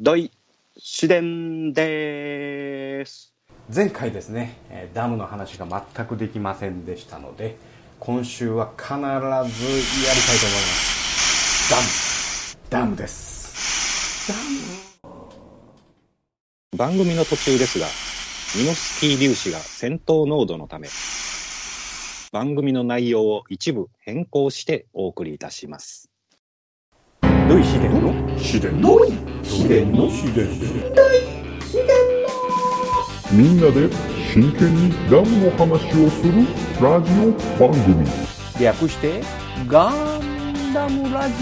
ドイシデンでーす。前回ですねえーダムの話が全くできませんでしたので今週は必ずやりたいと思いますダムダムです番組の途中ですが、ミノフスキー粒子が戦闘濃度のため、番組の内容を一部変更してお送りいたします。ルイヒデのみんなで真剣にダムの話をするラジオ番組略してガンダムラジ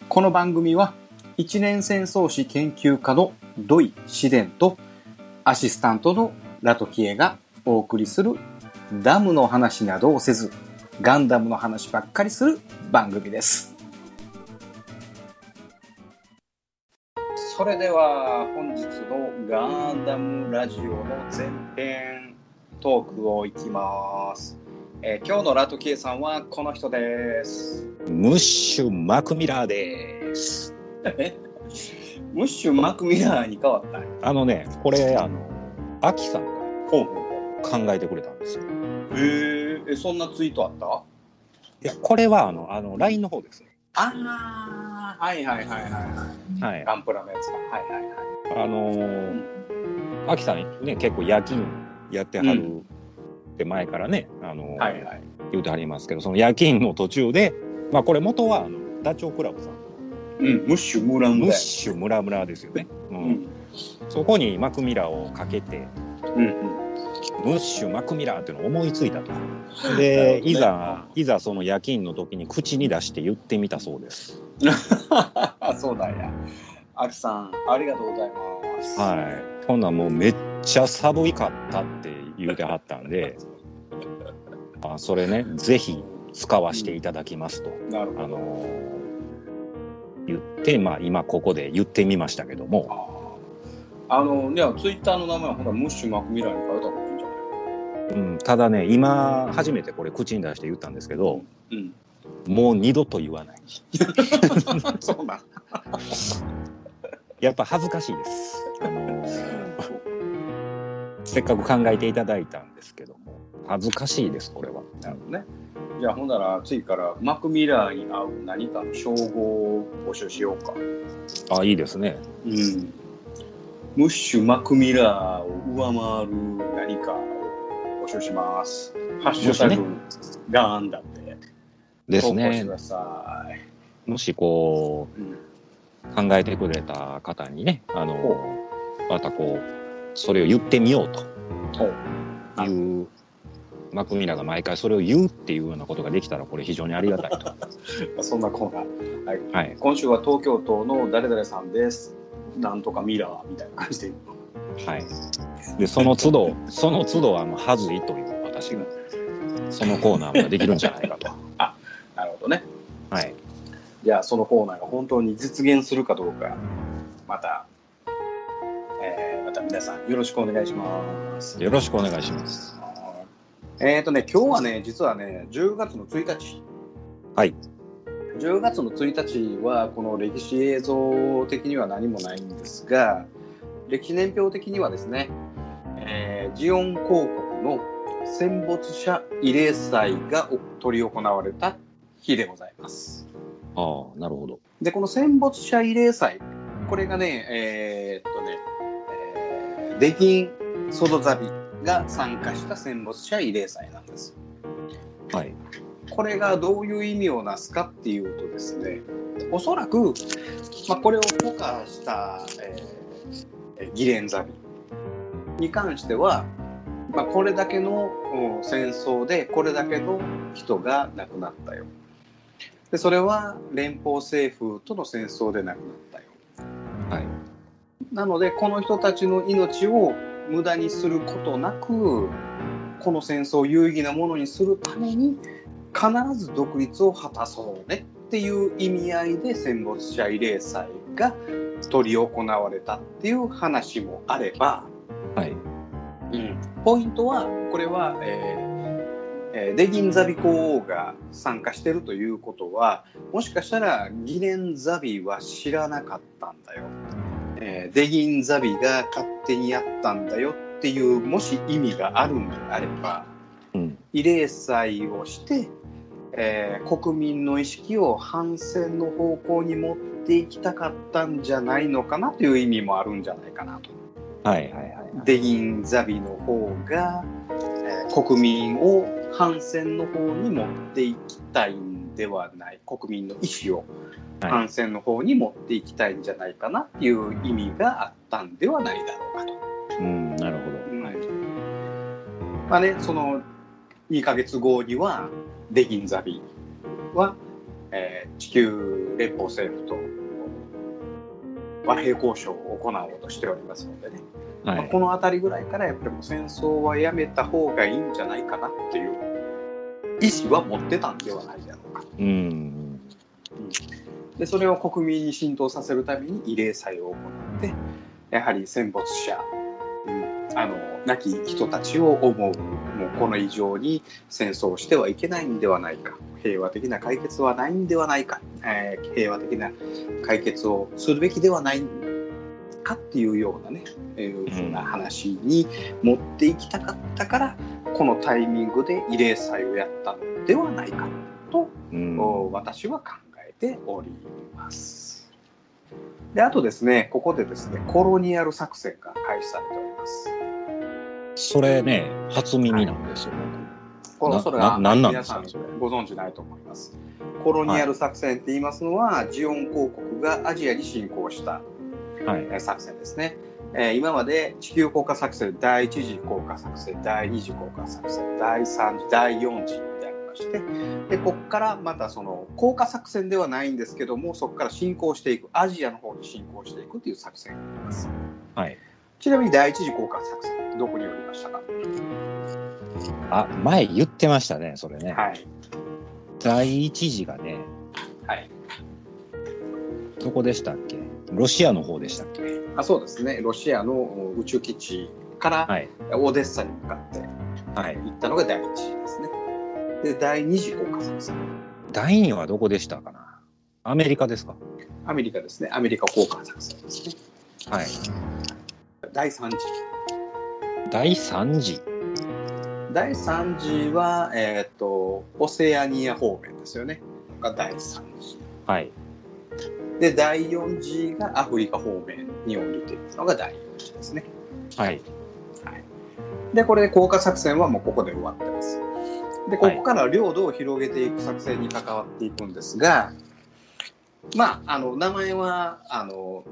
オこの番組は一年戦争史研究家の土井紫伝とアシスタントのラトキエがお送りするダムの話などをせずガンダムの話ばっかりする番組ですそれでは本日のガンダムラジオの前編トークをいきます。えー今日のラトキエさんはこの人です。ムッシュ・マクミラーです。ムッシュ・マクミラーに変わったんやあのね、これ、あの、アキさんがほうほうほ考えてくれたんですよ。うへええそんなツイートあったいや、これはあの、あの、LINE の方ですね。ああはいはいはいはいはいはい。ガンプラのやつかはいはいはいあのー、アキさんね、結構夜勤やってはうるって前からね、あのーはいはい言うてはりますけど、その夜勤の途中で、まあこれ元はあのダチョウ倶楽部さん、うんムッシュ・ムーランムドッやシュムラムラですよね。ううんんそこにマクミラーをかけて、うんうんムッシュマクミラーっていうのを思いついた と。なるで、ほどねいざ、いざその夜勤の時に口に出して言ってみたそうです。 そうなんやアキさんありがとうございますはい。ほんならもうめっちゃ寒いかったって言うてはったん で、あそれね、ぜひ使わせていただきますと、なるほあどのー言って、まあ今ここで言ってみましたけども、あのいやツイッターの名前はほらムッシュ・マクミラーに変えた方がいいんじゃないうん、ただね、今初めてこれ口に出して言ったんですけど、うんもう二度と言わない。 そうなんやっぱ恥ずかしいです。あのせっかく考えていただいたんですけども、恥ずかしいです、これは。なるほどね。じゃあほんなら次からマクミラーに合う何かの称号を募集しようか。あ、いいですね。うん。ムッシュマクミラーを上回る何かを募集します。ハッシュタグ、ガーンだって。です投稿してねく。ださい。もしこう、うん考えてくれた方にね、あほの、またこう、それを言ってみようほうという、マクミラが毎回それを言うっていうようなことができたら、これ非常にありがたい と。まあそんなコーナー。はい。今週は東京都の誰々さんです。なんとかミラーみたいな感じで。 はい。で、その都度、その都度、あの、はずいという私が、そのコーナーもできるんじゃない かと。なるほどね。はい。じゃあそのコーナーが本当に実現するかどうか、また、えーまた皆さんよろしくお願いします。よろしくお願いします。えっ、とね、今日はね、実はね、10月の1日。はい。 10月の1日は、この歴史映像的には何もないんですが、歴史年表的にはですね、えージオン公国の戦没者慰霊祭が執り行われた日でございます。ああ、なるほど。で、この戦没者慰霊祭、これがね、えーっとね、えーデギン・ソドザビが参加した戦没者慰霊祭なんです。はい。これがどういう意味をなすかっていうとですね、おそらく、まあ、これを許可した、えーえーギレンザビに関しては、まあ、これだけのうん戦争でこれだけの人が亡くなったよ。でそれは連邦政府との戦争で亡くなったよ。はい。なのでこの人たちの命を無駄にすることなくこの戦争を有意義なものにするために必ず独立を果たそうねっていう意味合いで戦没者慰霊祭が執り行われたっていう話もあれば、はい。ポイントはこれは、えーえー、デギンザビ公が参加してるということはもしかしたらギレンザビは知らなかったんだよ、えーデギンザビが勝手にやったんだよっていうもし意味があるんであればうん。慰霊祭をして、えー国民の意識を反戦の方向に持っていきたかったんじゃないのかなという意味もあるんじゃないかなと。はいはいはい。デギンザビの方が、えー国民を反戦の方に持っていきたいんではない国民の意思をはい反戦の方に持っていきたいんじゃないかなっていう意味があったんではないだろうかと。うん、なるほど。まあね、その2ヶ月後にはデギンザビは、えー地球連邦政府と和平交渉を行おうとしておりますのでね。はまあこの辺りぐらいからやっぱりもう戦争はやめた方がいいんじゃないかなっていう意思は持ってたんではないだろうかい。うん。でそれを国民に浸透させるために慰霊祭を行ってやはり戦没者、うんあの亡き人たちを思うもうこの以上に戦争をしてはいけないんではないか平和的な解決はないんではないか、えー平和的な解決をするべきではないかっていうようなね、えーふうな話に持っていきたかったからこのタイミングで慰霊祭をやったのではないかとうん。を私は考えております。で、あとですね、ここでですね、コロニアル作戦が開始されております。それね、初耳なんですよ。このなそれはななんなんで皆すかさんご存知ないと思います。コロニアル作戦って言いますのは、ジオン公国がアジアに侵攻したはい。えー作戦ですね。えー今まで地球降下作戦、第1次降下作戦、第2次降下作戦、第3次、第4次ってありまして、で、こっからまたその降下作戦ではないんですけども、そこから進行していく、アジアの方に進行していくという作戦になります。はい。ちなみに第1次降下作戦、どこにおりましたかあ、前言ってましたね、それね。はい。第一次がね、はい。どこでしたっけロシアの方でしたっけあそうですね、ロシアのお宇宙基地からはい。オデッサに向かってはい。行ったのが第1次ですね。で、第2次降下作戦。第二はどこでしたかなアメリカですかアメリカですね、アメリカ降下作戦ですね。はい。第3次。第三次。第3次は、えっ、と、オセアニア方面ですよね。が第3次。はい。で、第4次がアフリカ方面に降りていくのが第4次ですね。はい。で、これで降下作戦はもうここで終わってます。で、ここから領土を広げていく作戦に関わっていくんですが、まあ、あの、名前は、あの、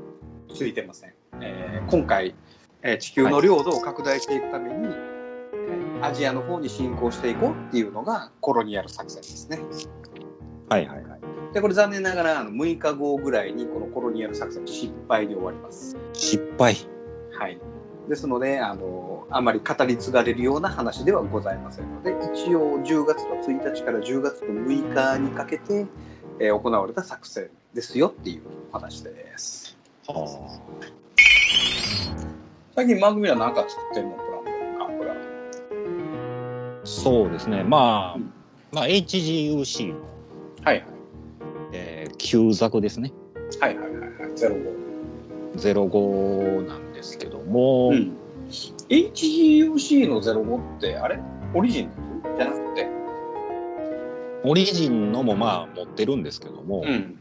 ついてません。えー今回、えー地球の領土を拡大していくために、えーアジアの方に進行していこうっていうのがコロニアル作戦ですね。はいはいはい。で、これ残念ながら、あの6日後ぐらいにこのコロニアル作戦失敗で終わります。失敗。はい。ですので、あの、あまり語り継がれるような話ではございませんので、一応10月の1日から10月の6日にかけて、えー行われた作戦ですよっていうお話です。は最近番組は何か作ってるのプランとか、これは。あ。そうですね。まあ、うんまあ、HGUC の、はいえー旧作ですね。はい。はいはいはいはい。ゼロ五。 05なんですけども、うん。HGUC のゼロ五って、あれオリジンじゃなくて。オリジンのもまあ持ってるんですけども、ん。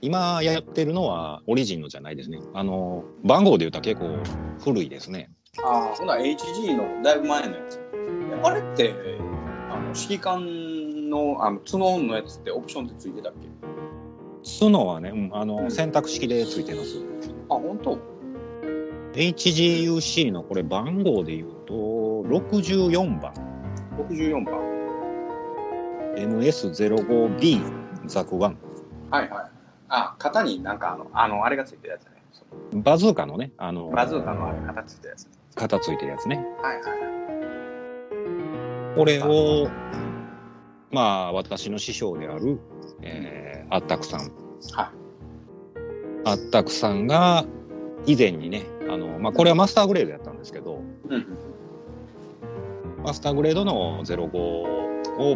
今やってるのはオリジンのじゃないですね。あの、番号で言うたら結構古いですね。ああ、ほな HG のだいぶ前のやつ。あれって、あの指揮官のあの角のやつってオプションでついてたっけ角はね、うんあうの、ん選択式でついてます。あ、本当 HGUC のこれ番号で言うと、64番。 ?64 番。 MS05B ザク1。はいはい。あ、型になんかあの、あの、あれがついてるやつね。そのバズーカのね、あの、バズーカのあれ、型ついてるやつね。型ついてるやつね。はいはいはい。これを、まあ、私の師匠である、えー、あったくさん。はあったくさんが、以前にね、あの、まあ、これはマスターグレードやったんですけど、うん。マスターグレードの05を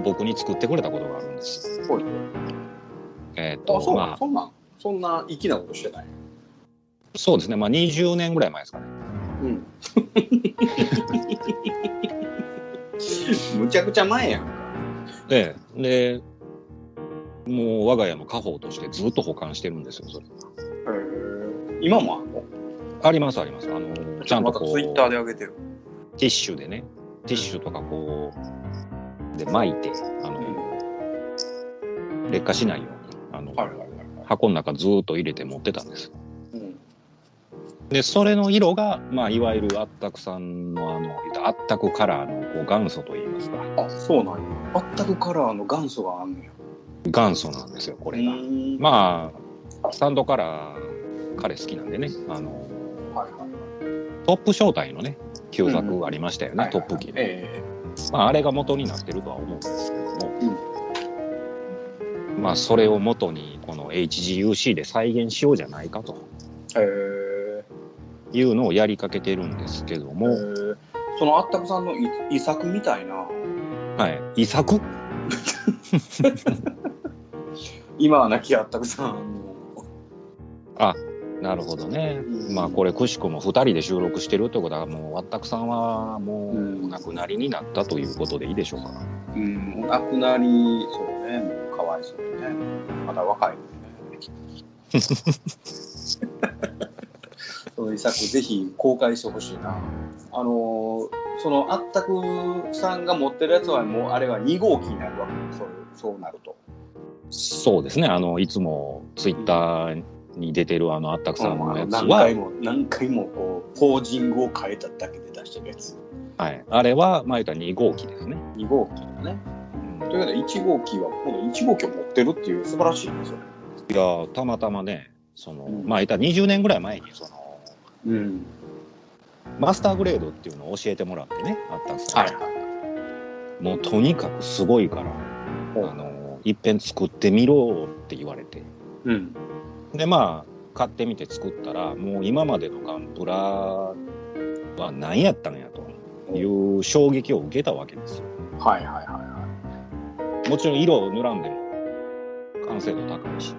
僕に作ってくれたことがあるんです。ほいえっ、あとそうまあそんなんそんな粋なことしてないそうですね、まあ、20年ぐらい前ですかね。 うん。むちゃくちゃ前やん。で、でもう我が家の家宝としてずっと保管してるんですよ、それ。今もあんのあります、あります。あのちゃんとこう、ツイッターで上げてる。ティッシュでね、ティッシュとかこう、で巻いて、あの、劣化しないように、あの、はいはいはい。箱の中ずーっと入れて持ってたんです。うんで、それの色が、まあ、いわゆるあったくさんの、あの、言ったあったくカラーのこう元祖といいますか、あ、そうなんや。全くカラーの元祖があんのや。元祖なんですよ、これが。んままあ、スタンドカラー、彼好きなんでね、あの、あ、はいはい。トップ招待のね、旧作ありましたよね、トップ機で。えまあ、あれが元になってるとは思うんですけども、まあ、それを元にこの HGUC で再現しようじゃないかとえへいうのをやりかけてるんですけどえも、へえそのあったくさんのい遺作みたいな。はい、遺作今は亡きあったくさんの。あなるほどね、まあこれくしくも2人で収録してるってことはもうわったくさんはもうんうお亡くなりになったということでいいでしょうか、うん、お亡くなり、そうね、もうかわいそうにね。まだ若いのにね。その遺作、ぜひ公開してほしいな。あのー、そのあったくさんが持ってるやつは、もうあれは2号機になるわけそうそうなると。そうですねあのいつもツイッターに出てるあのあったくさんのやつ何は、回も、何回もこう、ポージングを変えただけで出してるやつ。はい、あれは前言った2号機ですね、 2号機だね。うんということで、1号機は、今度1号機を持ってるっていう、素晴らしいですよ。いやーたまたまね、その、うんまあ、いたら20年ぐらい前に、その、うん。マスターグレードっていうのを教えてもらってね、あったんですよはいはい。もうとにかくすごいから、ほうあの、いっぺん作ってみろって言われて。うん。で、まあ、買ってみて作ったら、もう今までのガンプラは何やったんやという衝撃を受けたわけですよ。はいはいはい。もちろん色を塗らんでも完成度高いし。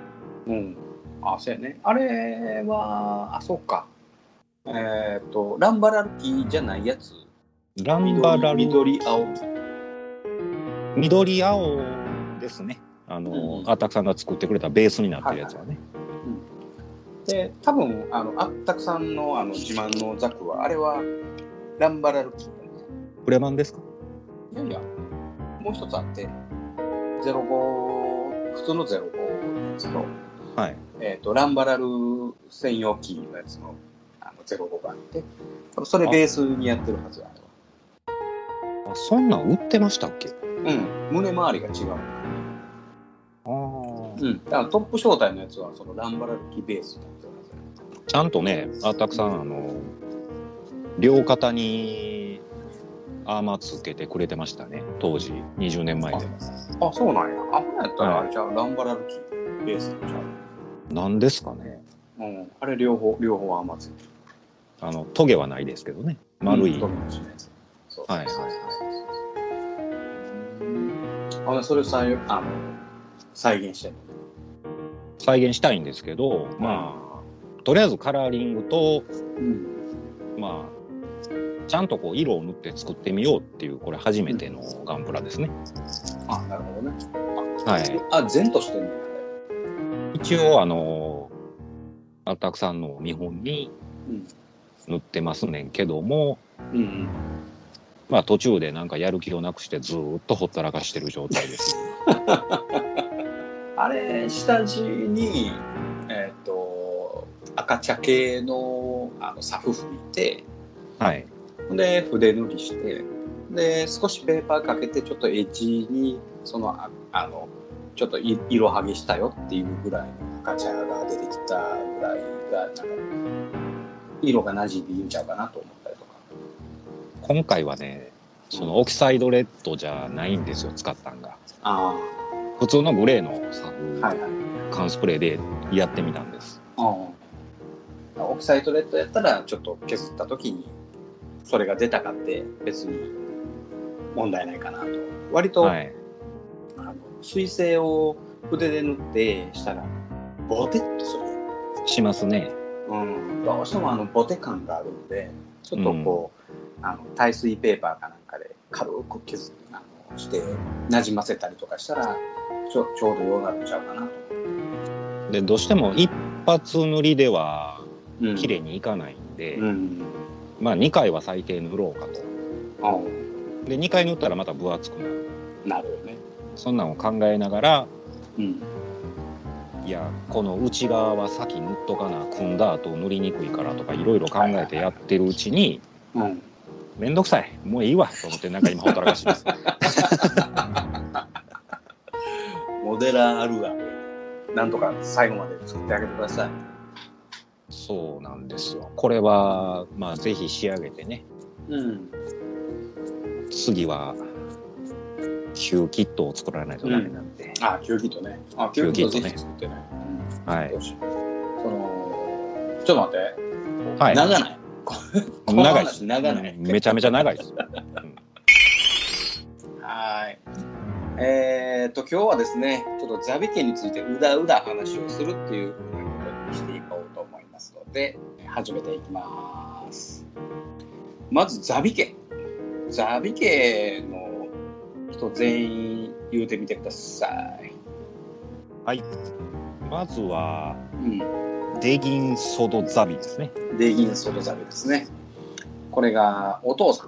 うん。あ、そうやね。あれは、あ、そうか。えーっと、ランバラルキーじゃないやつ。ランバラル緑青。緑青ですね。あの、うんあったくさんが作ってくれたベースになってるやつはね。で、多分、あの、あったくさんのあの自慢のザクは、あれは、ランバラルキーだね。プレマンですかいやいや、もう一つあって、05、普通の05のやつと、はい。えーっと、ランバラル専用キーのやつのあの05があって、多分それベースにやってるはずあれは。あ、そんなん売ってましたっけうん、胸周りが違う。ああ。うん、だからトップ招待のやつはそのランバラルキベースだったはずちゃんとね、あたくさん、あの、両肩にアーマーつけてくれてましたね。当時、20年前でも。あそうなんやあほんやったらはいあれじゃうランバラルキベースなんちゃう、なんですかね。うん、あれ両方両方は甘ついてるあの、トゲはないですけどね。丸い。うん飛び出しのやつそうはいはいはいあのそれをさあの再現してる再現したいんですけど、まあ、とりあえずカラーリングと、うんまあ、ちゃんとこう色を塗って作ってみようっていう、これ初めてのガンプラですね。あなるほどねはい。あ善としてんねん一応、あの、あたくさんの見本に塗ってますねんけども、あれうんまあ途中でなんかやる気をなくしてずーっとほったらかしてる状態 です。あれ下地にえっ、と赤茶系のあのサフ吹いてはい。で筆塗りしてで少しペーパーかけてちょっとエッジにそのああのちょっとい色はげしたよっていうぐらいの赤茶が出てきたぐらいがなんか色が馴染んでいいんちゃうかなと思ったりとか今回はね、そのオキサイドレッドじゃないんですよ、使ったんが。あ普通のグレーのサあはいブはい缶スプレーでやってみたんです。うんオキサイトレッドやったらちょっと削った時にそれが出たかって別に問題ないかなと割とはい。あの水性を筆で塗ってしたらボテッとする、しますね。うん、どうしてもあのボテ感があるのでちょっとこう、あの耐水ペーパーかなんかで軽く削ってあのしてなじませたりとかしたらちょちょうどようなるんちゃうかなと。で、どうしても一発塗りではうん綺麗にいかないんで、うんまあ2回は最低塗ろうかと。あで、2回塗ったらまた分厚くなる。なるよね。そんなんを考えながら、うんいや、この内側は先塗っとかな、組んだ後塗りにくいからとかいろいろ考えてやってるうちに、うん、めんどくさい、もういいわと思ってなんか今ほったらか します。モデラーあるがなんとか最後まで作ってあげてください。そうなんですよ。これは、まあぜひ仕上げてね、うん、次は、旧キットを作らないとダメなんで。あ、キューキットね。あ、キキュューキーキットッぜトねひ作ってね。はいど。うしようその、ちょっと待って。はい。長ない。この長いで話す長ない。うんめちゃめちゃ長いです。はーい。えーっと、今日はですね、ちょっとザビ家についてうだうだ話をするっていうふうなことにしていこうと思いますので、始めていきます。まずザビ家。ザビ家の人全員言うてみてください。はい。まずは、うん。デギンソドザビですね。デギンソトザビですね。これがお父さ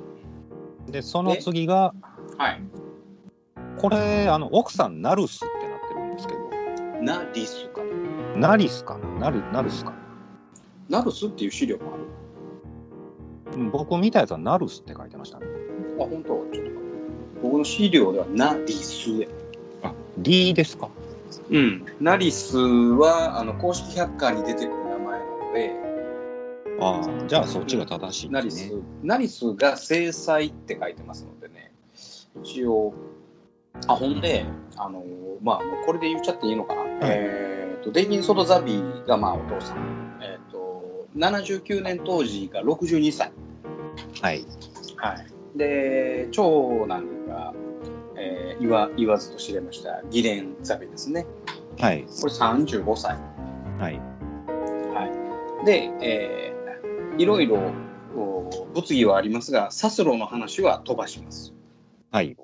ん。で、その次が、はい。これ、あの、奥さん、ナルスってなってるんですけど、ナリスか。ナリスかなナルナルスかなナルスっていう資料もある。うん僕見たやつはナルスって書いてましたね。あ、本当ちょっと。僕の資料ではナリスや。あ、D ですかうん、ナリスはあの公式百科に出てくる名前なので、ああ、じゃあそっちが正しいナでリすスね。ナリスが制裁って書いてますのでね、一応、あほんで、あのまあ、もうこれで言っちゃっていいのかな、えー、とデイギン・ソド・ザビーがまあお父さん、えーと、79年当時が62歳、はい。はい、で長男が、えー言わ言わずと知れましたギレン・ザビーですね、はい。これ35歳。はい。はい、で、えーいろいろお物議はありますがサスロの話は飛ばしますはい。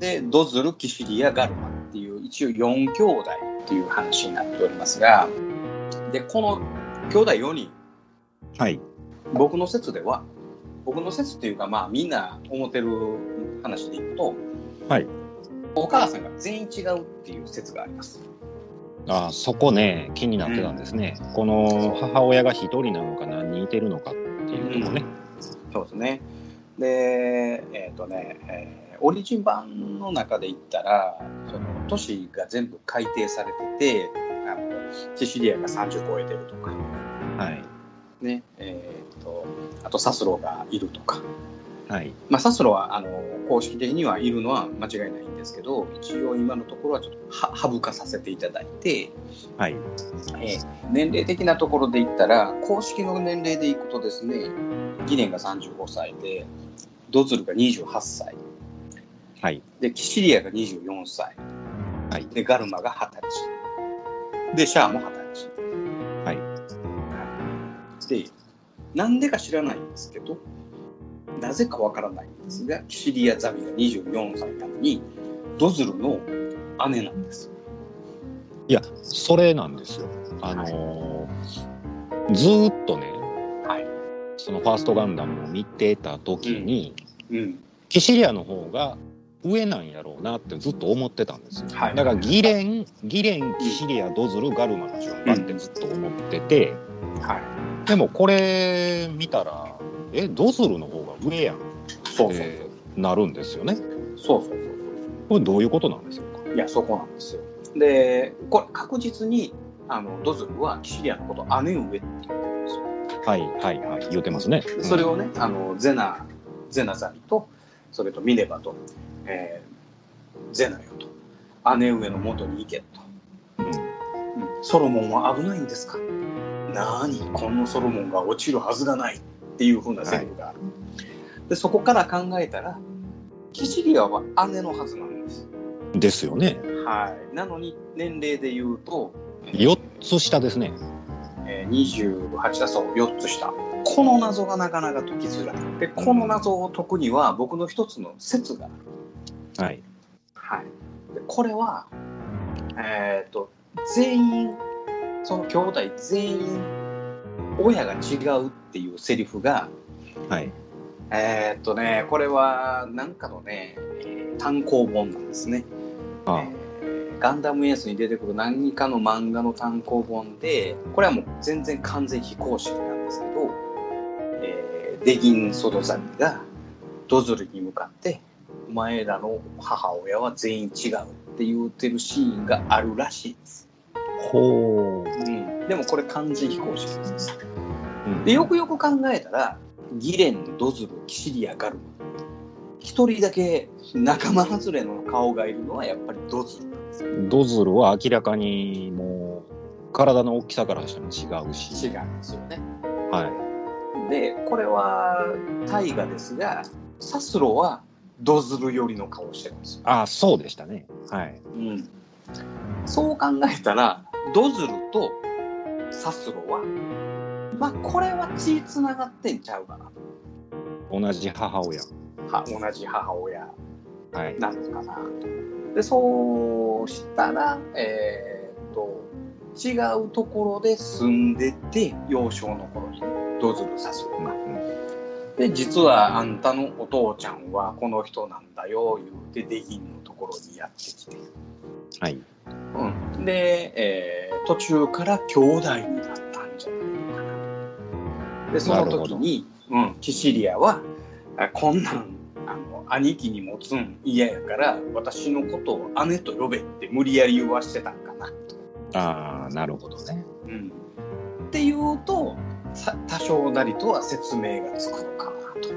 でドズルキシリアガルマっていう一応4兄弟っていう話になっておりますがでこの兄弟4人はい。僕の説では僕の説っていうかまあみんな思ってる話でいくと、はいお母さんが全員違うっていう説がありますああ、そこね、気になってたんですね。この母親が一人なのか何人いてるのかっていうとこね。そうですね。で、えっ、とね、えーオリジン版の中で言ったら、その都市が全部改定されてて、あのシシリアが30超えてるとか、はい。ね、えっ、と、あとサスロがいるとか、はい。まあ、サスロはあの公式的にはいるのは間違いないんですけど、一応今のところはちょっとは省かさせていただいて、はい。えー年齢的なところで言ったら公式の年齢でいくとですねギレンが35歳でドズルが28歳はい。でキシリアが24歳はい。でガルマが20歳でシャアも20歳はいはいでなんでか知らないんですけどなぜかわからないんですがキシリアザビが24歳なのにドズルの姉なんですいや、それなんですよ。あのーずーっとね、はいそのファーストガンダムを見てた時に、うんキシリアの方が上なんやろうなってずっと思ってたんですよ。はいだからギレン、ギレン、キシリア、ドズル、ガルマの順番ってずっと思ってて、はいでもこれ見たら、え、ドズルの方が上やんっそうそうそうてなるんですよね。そうそうそうそうこれどういうことなんでしょうかいや、そこなんですよ。で、これ確実に、あの、ドズルはキシリアのことを姉上って言ってるんですよ。はいはいはい、言ってますね。でそれをね、あの、ゼナ、ゼナザビと、それとミネバと、えーゼナよと、姉上の元に行けと。うん、うんソロモンは危ないんですかなにこのソロモンが落ちるはずがないっていうふうなセリフがある、でそこから考えたらキシリアは姉のはずなんですですよね。はい。なのに、年齢で言うと、 4つ下ですね。えー28だそう、4つ下。この謎がなかなか解きづらい。で、この謎を解くには、僕の一つの説がある。はい。はい。でこれは、えっ、と、全員、その兄弟全員、親が違うっていうセリフが、はい。えっ、とね、これは、なんかのね、えー単行本なんですね。あえーガンダムエースに出てくる何かの漫画の単行本で、これはもう全然完全非公式なんですけど、えーデギン・ソドザミがドズルに向かって、お前らの母親は全員違うって言うてるシーンがあるらしいです。ほう。うん、でもこれ完全非公式です。うんで、よくよく考えたら、ギレン、ドズル、キシリア、ガルマ、一人だけ仲間外れの顔がいるのはやっぱりドズルなんですよドズルは明らかにもう体の大きさからしても違うし、違うんですよね。はで、これは大河ですが、サスロはドズル寄りの顔をしてるんですよい、。あそうでしたね、はい、うん、そう考えたら、ドズルとサスロは、まあ、これは血つながってんちゃうかな。同じ母親、は同じ母親はい、なのかなと。で、そうしたら、えーっと、違うところで住んでて、幼少の頃にね、ドズル、サスロが。で実はあんたのお父ちゃんはこの人なんだよ言うてデギンのところにやってきて、はい、うん、で、えー途中から兄弟になったんじゃないかなとでその時に、うん、キシリアはあこんなんあの兄貴に持つん嫌やから私のことを姉と呼べって無理やり言わしてたんかな、ああ、なるほどね、うん、っていうとさ多少なりとは説明がつくのかなと。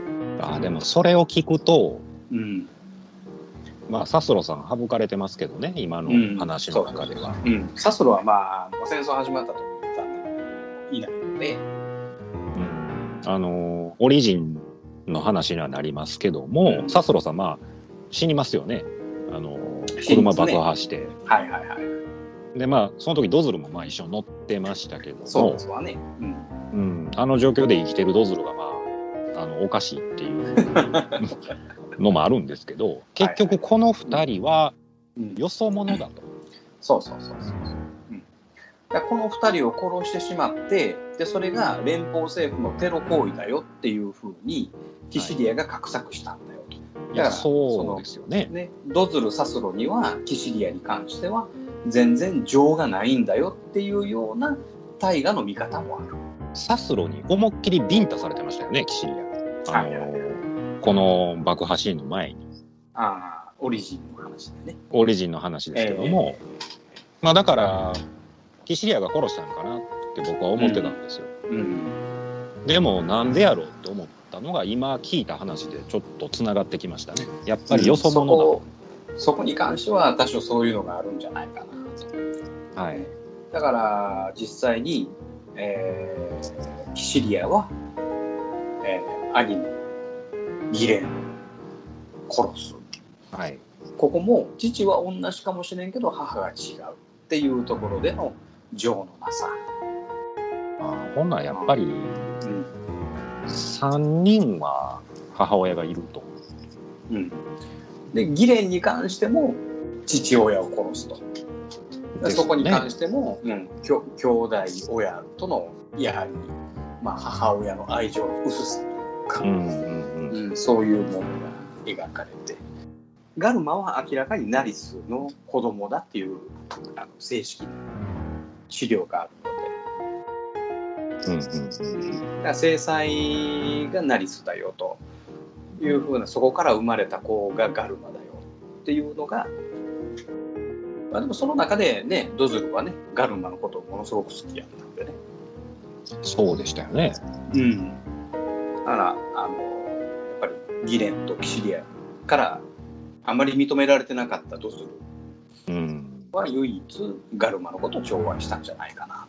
あーでもそれを聞くと、うんまあ、サスロさん、省かれてますけどね、今うんの話の中では。うん、サスロはまあ戦争始まった時に残念ながらいないので、うんあのーオリジンの話にはなりますけども、うんサスロさん、まあ、死にますよね、あのー死にま車すね爆破して。はいはいはいでまあ、その時ドズルもまあ一緒に乗ってましたけどもそうですわね、うん、うん、あの状況で生きてるドズルが、まあ、あのおかしいっていう のもあるんですけど結局この2人はうんよそ者だと、そうそうそうそうそう、うん、だからこの2人を殺してしまってでそれが連邦政府のテロ行為だよっていうふうにキシリアが画策したんだよと、いだからやそうですよねね、ドズル・サスロにはキシリアに関しては全然情がないんだよっていうような大河の見方もあるサスロに思いっきりビンタされてましたよねキシリア、あのこの爆破シーンの前にああオリジンの話でねオリジンの話ですけども、まあ、だからキシリアが殺したのかなって僕は思ってたんですよ、うんでもなんでやろうって思ったのが今聞いた話でちょっとつながってきましたねやっぱりよそ者だと、そこに関しては多少そういうのがあるんじゃないかなとはいだから実際に、えーキシリアは、えー兄のギレンを殺すはい、ここも父は同じかもしれんけど母が違うっていうところでの情のなさ、あほんならやっぱりうん3人は母親がいるとうん、でギレンに関しても父親を殺すとですそこに関ねしても、うん、きょ兄弟親とのやはり、まあ、母親の愛情の薄さというか、うんうんうんうんそういうものが描かれてガルマは明らかにナリスの子供だっていうあの正式な資料があるうんうんので、だから制裁がナリスだよというふうなそこから生まれた子がガルマだよっていうのが、まあ、でもその中でねドズルはねガルマのことをものすごく好きやったんでねそうでしたよねうん、だからあのやっぱりギレンとキシリアからあまり認められてなかったドズルうんは唯一ガルマのことを調和したんじゃないかな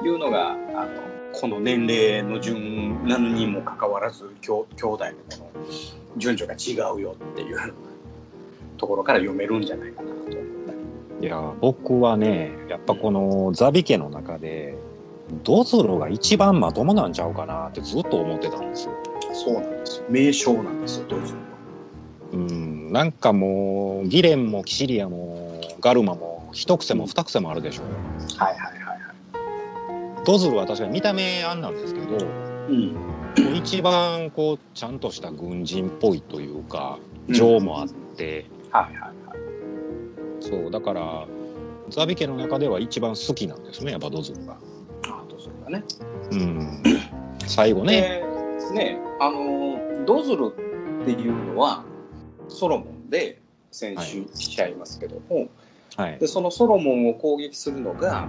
というのがあのこの年齢の順なのにもかかわらず兄兄弟のこの順序が違うよっていうところから読めるんじゃないかなと思ったりいや僕はねやっぱこのザビ家の中でドズロが一番まともなんちゃうかなってずっと思ってたんですよ。そうなんですよ名称なんですよドズロはうんなんかもうギレンもキシリアもガルマも一癖も二癖もあるでしょう。はいはいはいはドズロは確かに見た目あんなんですけどいうん一番こうちゃんとした軍人っぽいというか情もあって、はいはいそうだからザビ家の中では一番好きなんですねやっぱドズルが。あドズロがねうん、最後ね、ねねあのドズルっていうのはソロモンで先週しちゃいますけども、はい、でそのソロモンを攻撃するのが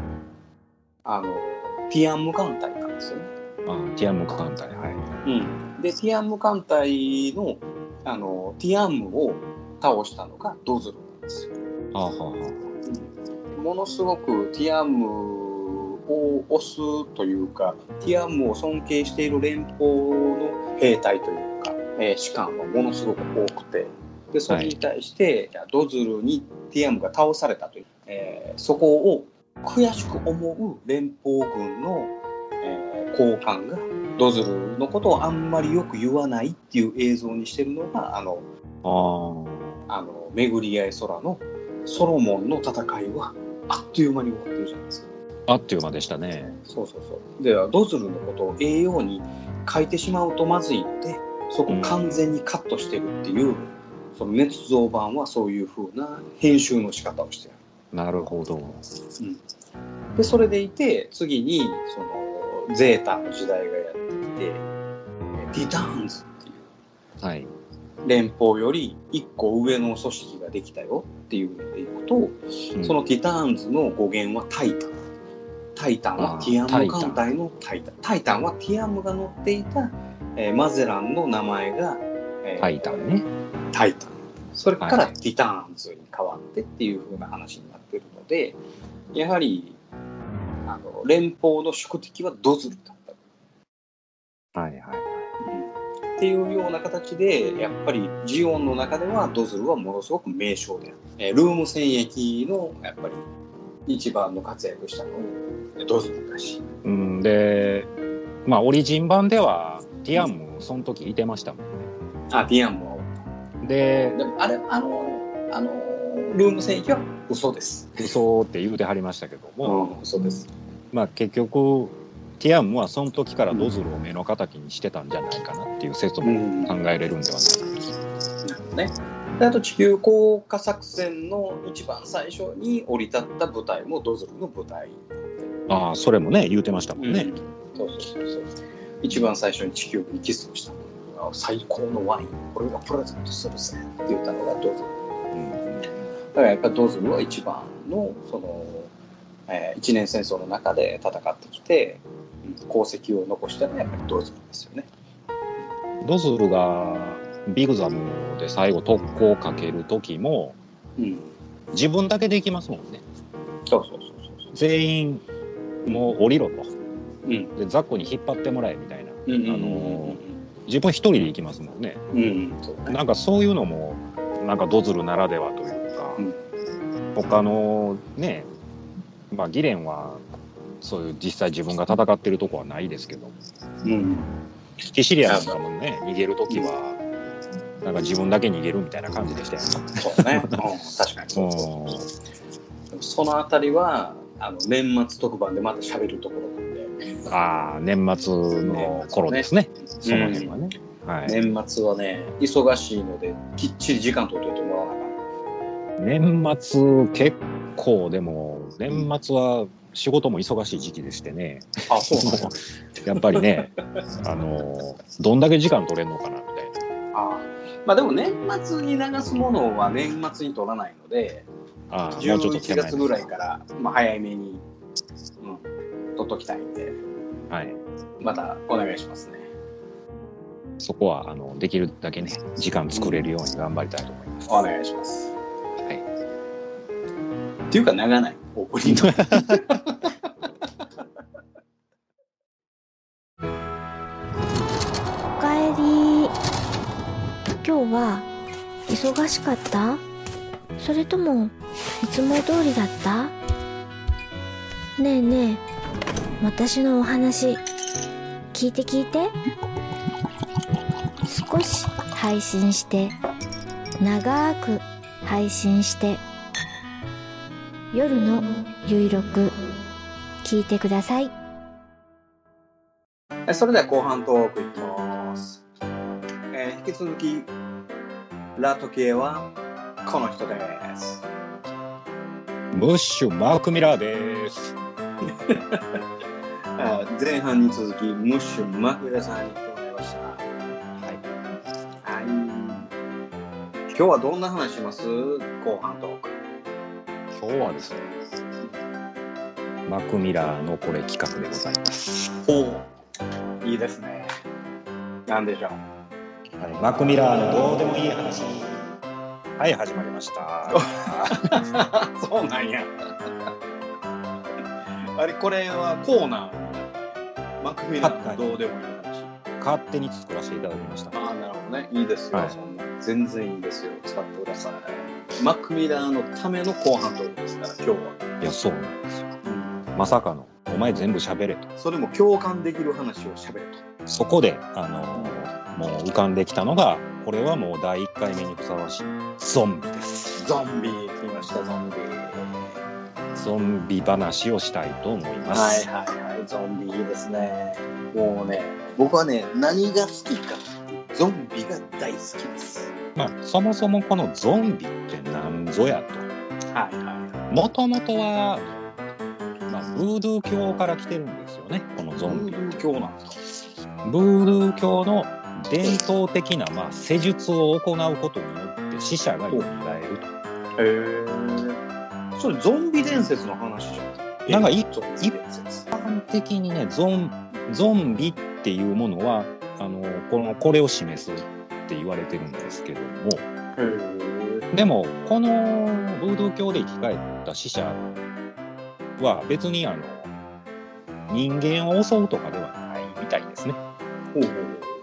あのティアンム艦隊なんですよね。あティアンム艦隊はい。でティアンム艦隊のあのティアンムを倒したのがドズルなんですよ。はあはあはものすごくティアンムを推すというかティアンムを尊敬している連邦の兵隊というか、えー士官はものすごく多くてでそれに対して、ドズルにティアンムが倒されたという、えーそこを悔しく思う連邦軍の、えー高官がドズルのことをあんまりよく言わないっていう映像にしてるのがあのあ。ああの巡り合い空のソロモンの戦いはあっという間に終わってるじゃないですか。ああっという間でしたね。そうそうそう。ではドズルのことを栄養に書いてしまうとまずいんでそこ完全にカットしてるっていう、その捏造版はそういう風な編集の仕方をしてる。なるほど。でそれでいて次にそのゼータの時代がやってきてえティターンズっていうはい。連邦より1個上の組織ができたよっていうのでいくと。うんそのティターンズの語源はタイタン。タイタンはあーティアム艦隊のタイタン。タイタンはティアムが乗っていた、えーマゼランの名前が、えータイタンね。タイタン。それかはらいはいティターンズに変わってっていう風な話になってるので、やはりあの連邦の宿敵はドズルだった。はいはいはい。っていうような形でやっぱりジオンの中ではドズルはものすごく名将である、えールーム戦役のやっぱり一番の活躍したのはドズルだしうんで、まあオリジン版ではティアンもその時いてましたもんあディアンもね。で、でもあれあのあのルーム戦役は嘘です、嘘って言うてはりましたけども、ん、嘘ですまあ結局ティアンムはその時からドズルを目の敵にしてたんじゃないかなっていう説もん考えれるんではないかなるほどね。であと地球降下作戦の一番最初に降り立った部隊もドズルの部隊ああそれもね言うてましたもんね、そうそうそうそう一番最初に地球にキスをした最高のワイン俺がプレゼントするぜって言ったのがドズルうんだからやっぱりドズルは一番のその、えー一年戦争の中で戦ってきてうん功績を残したのはやっぱりドズルですよねドズルがビグザムで最後特攻をかける時もうん自分だけで行きますもんねそうそうそうそうそ全員もう降りろとううんでザックに引っ張ってもらえみたいなうんあの自分一人で行きますもんねうんうんそうねなんかそういうのもなんかドズルならではというか、うん他のねまあギレンはそういう実際自分が戦ってるとこはないですけどうんキシリアなんかもね逃げる時はなんか自分だけ逃げるみたいな感じでしたよね。そうね、うん、確かにそうそううんそのあたりはあの年末特番でまた喋るところなんでああ、年末の頃ですね。その辺はね。はい。年末はね忙しいのできっちり時間取っといてもらわなあかん年末結構でも、年末は仕事も忙しい時期でしてね。あそうなんややっぱりね、あの、どんだけ時間取れんのかなみたいな。あまあでも年末に流すものは年末に取らないのでああ、もうちょっと11手前です月ぐらいから、まあ、早めに、うん、取っときたいんではい。またお願いしますねそこは、あの、できるだけね、時間作れるように頑張りたいと思います。お願いしますはいっていうか長ないオープニングおかえり今日は忙しかったそれともいつも通りだったねえねえ私のお話聞いて聞いて少し配信して長く配信して夜のゆいろく聞いてください えそれでは後半トークいきます、えー引き続きラトキエはこの人ですブッシュマークミラーです。あ前半に続きムッシュマクレさんに来てもらいましたはい、今日はどんな話します後半トーク今日はですね、マークミラーのこれ企画でございます。いいですねなんでしょうはい、マークミラーのどうでもいい話。はい、始まりました。 そうなんや。 あれ、これはコーナー。マクフィラーどうでもいい話。勝手に作らせていただきました。ああ、なるほどね。いいですよ、はいそんな。全然いいですよ。使ってください。マクミラーのための後半トークですから、今日は。いや、そうなんですよ。まさかの、お前全部喋れと。それも共感できる話をしゃべると。そこで、あのーもう浮かんできたのが、これはもう第1回目にふさわしい、ゾンビです。ゾンビ来ました、ゾンビ。ゾンビ話をしたいと思いまはいす。はいはい、ゾンビいいですね。もうね、僕はね、何が好きかっていうと、ゾンビが大好きです。まあ、そもそもこのゾンビって何ぞやと。はいはい。もともとは、まあ、ブードゥー教から来てるんですよね、このゾンビ。今日なんですかブードゥー教の伝統的な、まあ、施術を行うことによって死者が蘇ると。へえ。それゾンビ伝説の話じゃん。なんかいゾンビ伝説。一般的にねゾン、ゾンビっていうものは、あのこのこれを示すって言われてるんですけども、へえ。でも、このブードゥー教で生き返った死者は別にあの人間を襲うとかではないみたいですね。ほうほう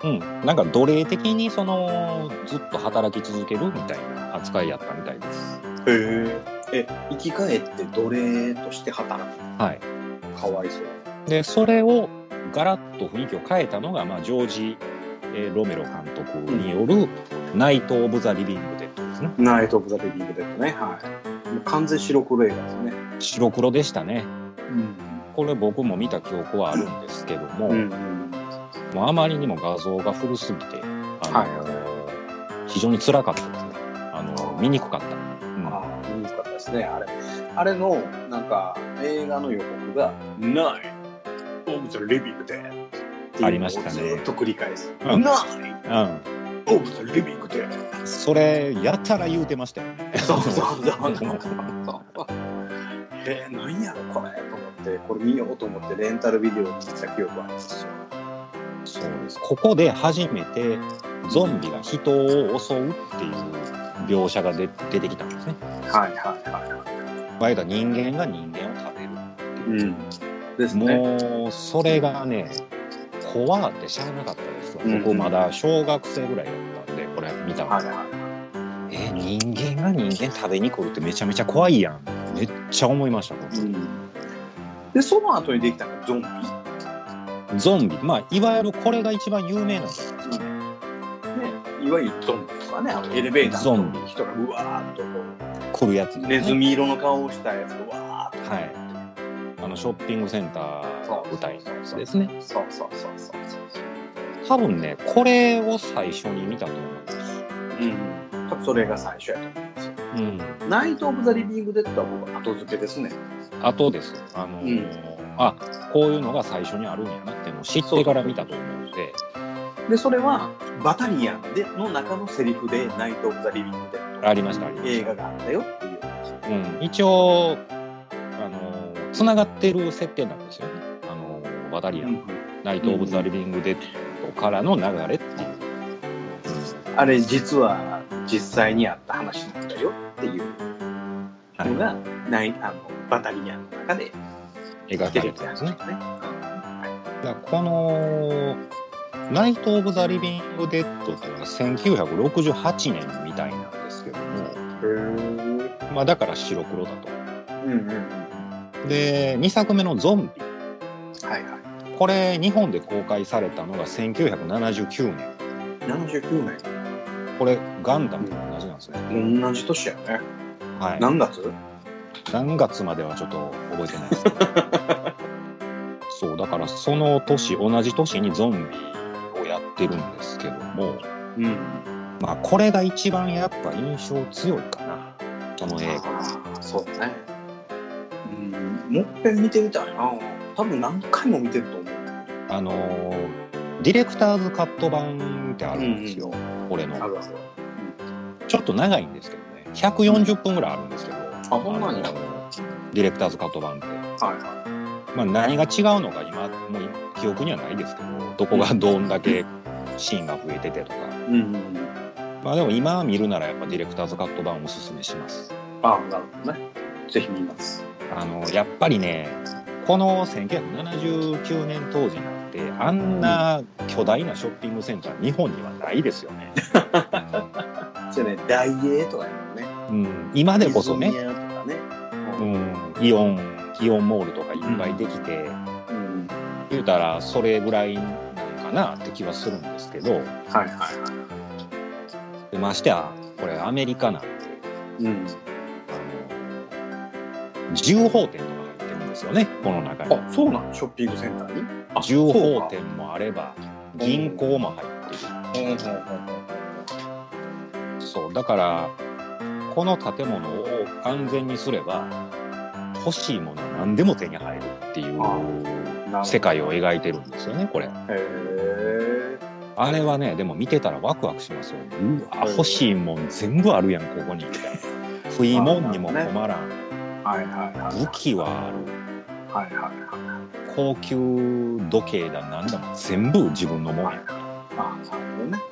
うん、なんか奴隷的にそのずっと働き続けるみたいな扱いやったみたいです。ほう。へえ。え、生き返って奴隷として働く。はい、かわいそう。でそれをガラッと雰囲気を変えたのが、まあ、ジョージ、えーロメロ監督による「ナイト・オブ・ザ・リビング・デッド」ですね。ナイト・オブ・ザ・デビング・デッドね。はい。もう完全白黒映画ですね。白黒でしたね。うん。これ僕も見た記憶はあるんですけども、うん。もうあまりにも画像が古すぎて、あの非常に辛かったですね。あの見にくかった。うんああ、難しかったですね。あれ。あれの、なんか、映画の予告が、ナイト・オブ・ザ・リビング・デッド。ありましたねずっと繰り返す。ナうイんうんト・オブ・ザ・リビング・デッド。それやたら言うてましたよね。そうそうそうそうそう。えー、何やろこれと思って、これ見ようと思ってレンタルビデオに来た記憶はありますよ。そうです。ここで初めてゾンビが人を襲うっていう描写が出出てきたんですね。はいはいはい前だ人間が人間を食べるってういう。ん。ですね。もうそれがね怖って知らなかったですわ。うん僕まだ小学生ぐらいだったんでこれ見たのはいはい。え人間が人間食べに来るってめちゃめちゃ怖いやん。めっちゃ思いました僕うん、で、その後にできたのがゾンビ。ね。ゾンビまあいわゆるこれが一番有名なんですよいわゆるゾンビとかね、あのエレベーターゾンビの人がうわーっとこ来るやつ、う、ネズミ色の顔をしたやつがうわーっはい。あのショッピングセンター舞台のやつですね。と。そうそうそうそうそう。多分ね、これを最初に見たと思います。うん。多分それが最初やと思いますよ。うん。ナイト・オブ・ザ・リビング・デッドは僕後付けですね。あとです。あのーあ、こういうのが最初にあるんやなっていうのを知ってから見たと思うので、でそれはバタリアンでの中のセリフで「ナイト・オブ・ザ・リビング・デッド」ありましたありました映画があったよっていう話うん。一応、あのー、つながってる設定なんですよね。あのー、バタリアン、ナイト・オブ・ザ・リビング・デッドからの流れっていう。あれ実は実際にあった話なんだよっていうのが、ないあのバタリアンの中で描か出れててきたやるんでつすね。ですね。だからこの「ナイト・オブ・ザ・リビング・デッド」っていうのが1968年みたいなんですけどもへまあ、だから白黒だと。うんうんうん。はで、2作目のゾンビ。いはい。これ、日本で公開されたのが1979年。 79これ、ガンダムと同じなんですね。年。同じ年やね。はい。何月何月まではちょっと覚えてないですけ どそうだからその年同じ年にゾンビをやってるんですけどもうん。まあこれが一番やっぱ印象強いかなこの映画ああ、そうだね。うん。もっぺん見てみたいな。多分何回も見てると思う。あのーディレクターズカット版ってあるんですよ、これのあるある。ちょっと長いんですけどね140分ぐらいあるんですけどああ、ほんまに。のはいーディレクターズカット版って、はまあ、何が違うのか今もう記憶にはないですけどどこがどんだけシーンが増えててとかい。うんうんうん。まあでも今見るならやっぱディレクターズカット版をおすすめします。ああ、なるほどね。ぜひ見ます。あの、やっぱりね、この1979年当時なんて、あんな巨大なショッピングセンター、日本にはないですよね。じゃあね、大英とかやもんね。うん、今でこそディズね、ニーとかね。うん、イオン、イオンモールとかいっぱいできて、うん。言うたらそれぐらいなんかなって気はするんですけど、はいはいはでましてや、これアメリカなんで、い。うん。あの、銃砲店とか入ってるんですよね、この中に。あ、そうなのショッピングセンターに銃砲店もあれば銀行も入ってるそうだからこの建物を安全にすれば欲しいものは何でも手に入るっていあうなるほど世界を描いてるんですよねこれへえ。あれはねでも見てたらワクワクしますよねうわ欲しいもん全部あるやんここ にみたいな不意もんにも困らんはいはいはい。武器はあるはいはいはい。高級時計だ何だも全部自分のもあんやなるほどね。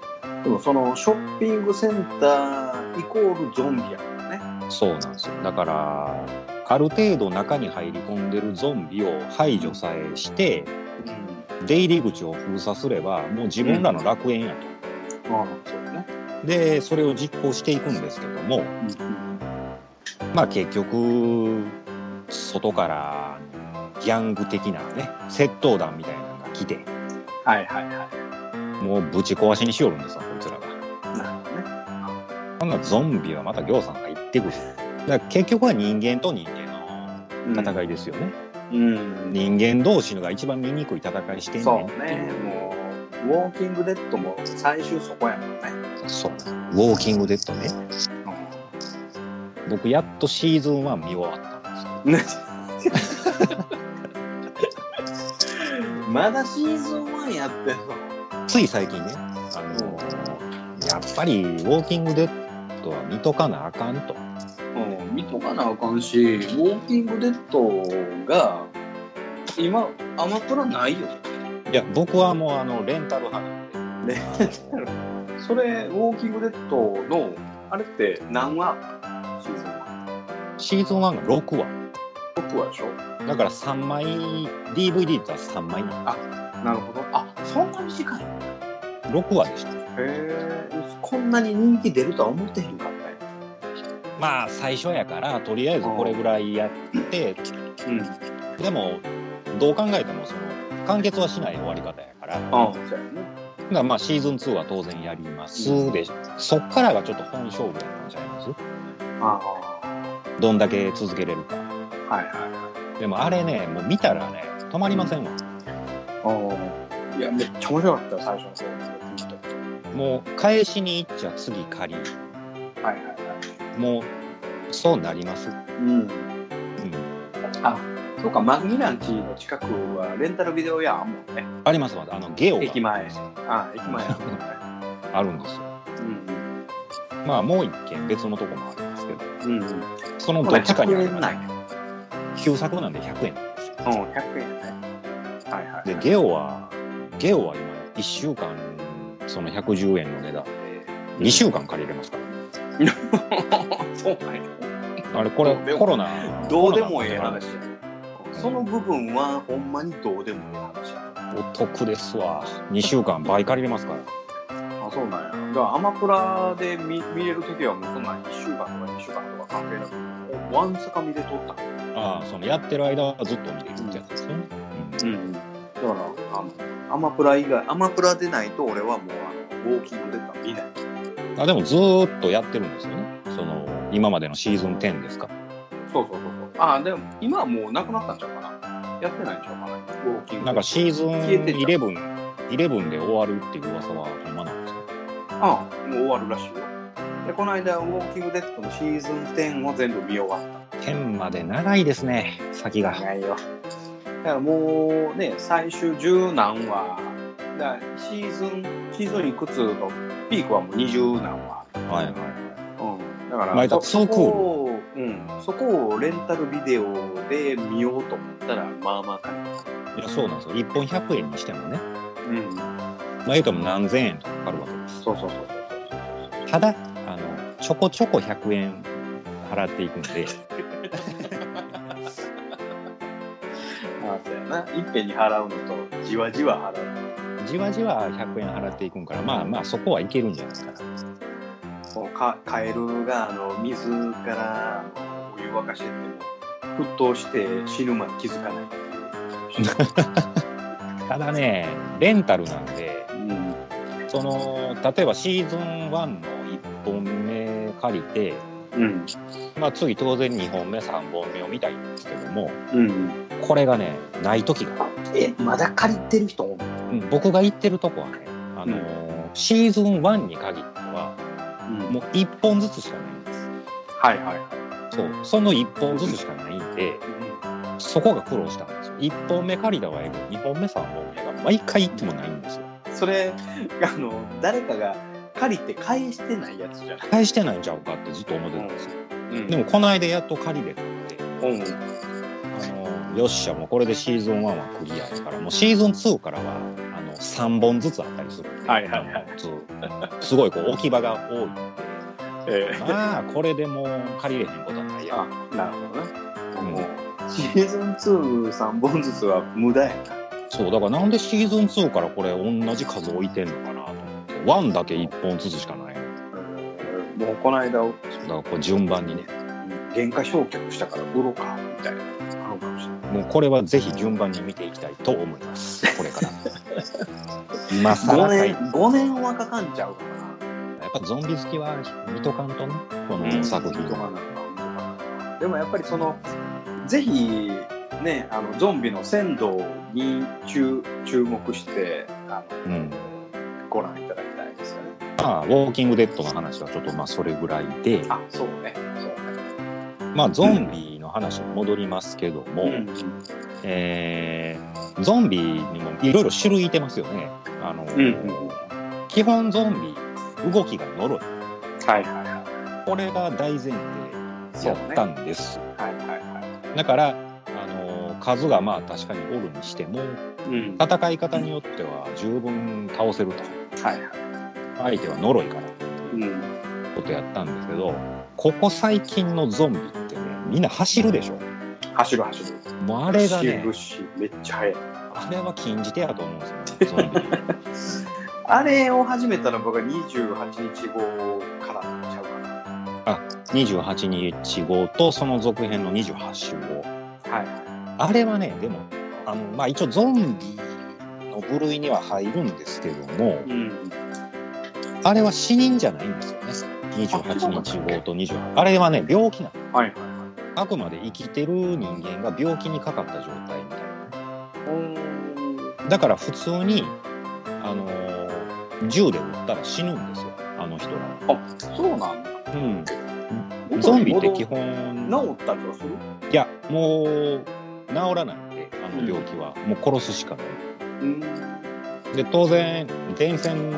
でもそのショッピングセンターイコールゾンビやからね。そうなんですよだからある程度中に入り込んでるゾンビを排除さえして出入り口を封鎖すればもう自分らの楽園やと、うん。ああ、そうね。でそれを実行していくんですけどもまあ結局外からギャング的なね窃盗団みたいなのが来てはいはいはもうぶち壊しにしよるんですよこいつらが。い。なるほどね。そんなゾンビはまた行さんが行ってくるだから結局は人間と人間の戦いですよね、うん。人間同士のが一番醜い戦いしてんそうねんってねい。うもう、ウォーキングデッドも最終そこやもんね。そうウォーキングデッドね僕やっとシーズン1見終わったんですよねまだシーズン1やってんのつい最近ねあのーやっぱりウォーキングデッドは見とかなあかんとうん、見とかなあかんし、ウォーキングデッドが、今、アマプラないよ。いや僕はもうあのレンタル派なんでレそれ、ウォーキングデッドの、あれって何話シーズンシーズン1が6話 ?6 話でしょだから3枚 DVD だったら3枚ななるほど。あ、そんな短いへ6話でしたえ。こんなに人気出るとは思ってへんかったよ。まあ最初やからとりあえずこれぐらいやってうん。でもどう考えてもその完結はしない終わり方やからあそうやね。だからまあシーズン2は当然やりますで、そっからがちょっと本勝負やったんちゃいますあどんだけ続けれるかあ。はいはい。でもあれねもう見たらね止まりませんわ、ああ。いや、めっちゃ面白かったよ、最初のそうですね。もう返しに行っちゃ次借りはいはいはい。もうそうなります、うん。うん、あ、そうか、マミランティの近くはレンタルビデオ屋あんもんね。ありますまだあのゲオが駅前。あ、駅前あるもんね。あるんですようんまあもう一軒別のとこもあるんですけうどん。うんうん。そのまどだっちかにあ100る円ない。旧作なんで100円なんですようん、100円やね。はいはい。でゲオはゲオは今1週間その110円の値段で2週間借りれますからそうなんやあれこれでもコロナどうでもええ話コや。その部分はほんまにどうでもええ話や。ロナお得ですわ2週間倍借りれますからあ、そうなんや。だからアマプラで見見れるときはもうそんなん1週間とか2週間とかカフェだからわんさか見で撮ったああ、そのやってる間はずっと見てるってやつですよね。うん、だからあのアマプラ以外アマプラでないと俺はもうあのウォーキングデッドは見ないあでもずーっとやってるんですよね。その今までのシーズン10ですか。そうそうそうそうああでも今はもうなくなったんちゃうかなやってないんちゃうかなウォーキングなんかシーズン消えてた11、11で終わるっていう噂はほんまなんですよ。ああもう終わるらしいよでこの間ウォーキングデッドのシーズン10を全部見終わった10まで長いですね、先が。いよだからもうね最終十何話だからシーズンシーズンいくつのピークはもう二十何話はいはうんだから前田そツークールそこを、うん、そこをレンタルビデオで見ようと思ったらまあまあかな、い。いや、そうなんですよ。1本100円にしてもね、うん、まあ言うとも何千円とかかかるわけです。そうそうそうそうただ、あの、ちょこちょこ100円払っていくんで、ああそうやないっぺんに払うのとじわじわ払うじわじわ100円払っていくんから、まあまあそこはいけるんじゃないですか。そうかカエルがあの水からあのお湯沸かしてても沸騰して死ぬまで気づかないっていうただね、レンタルなんで、うんうんその、例えばシーズン1の1本目借りて、うんまあ次当然2本目、3本目を見たいんですけども、うんこれがね、ない時がある。えまだ借りてる人おんのうん僕が行ってるとこはね、あのーシーズン1に限ってはうんもう1本ずつしかないんですはいはいそうその1本ずつしかないんでそこが苦労したんですよ1本目借りたわけど2本目3本目が毎回行ってもないんですよそれあの誰かが借りて返してないやつじゃない、返してないんちゃうかってずっと思ってたんですようんでもこの間やっと借りれたんで、うんあのーよっしゃもうこれでシーズン1はクリアだからもうシーズン2からはあの3本ずつあったりするんではいはいはいそうすごいこう置き場が多いんでえまあこれでもう借りれへんことはないえやあなるほどうんね、もうシーズン23本ずつは無駄やなそうだからなんでシーズン2からこれ同じ数置いてんのかなと思って1だけ1本ずつしかないのもうこの間だからこれ順番にね原価償却したから売ろうかみたいな買うかもしれないもうこれはぜひ順番に見ていきたいと思いますこれ から今5更かい年や5年はかかんちゃうかなっぱゾンビ好きは見とかんとねこの作品とかなんか本当かなでもやっぱりそのぜひねあのゾンビの鮮度に注注目してあの、うんご覧いただきたいですよねまあウォーキングデッドの話はちょっとまあそれぐらいであそうねそうねまあゾンビの話に戻りますけども、うんえーゾンビにもいろいろ種類いてますよねあの、うん基本ゾンビ動きが呪いはいはいはこれが大前提いやったんです、はいはいはだから、あのー数がまあ確かにおるにしてもいうんは戦い方によっては十分倒せるといはい相手は呪いからってうんことやったんですけどここ最近のゾンビってねみんな走るでしょ走る走るもうああれがねめっちゃ速いあれは禁じ手やと思うんですよねゾンビあれを始めたの僕は28日後からちゃうかな。 28日号とその続編の28週号はいはあれはねでもあのまあ一応ゾンビの部類には入るんですけども、い。うん。あれは死人じゃないんですよね。28日号と28。あれはね、病気なの。はいはいはあくまで生きてる人間が病気にかかった状態みたいい。うん。な。だから普通に、あのー銃で撃ったら死ぬんですよ、あの人らは。そうなんだ。うん。ゾンビって基本、治ったりはするいや、もう、治らないんで、あの病気は。もう殺すしかない。うん。で、当然、伝染、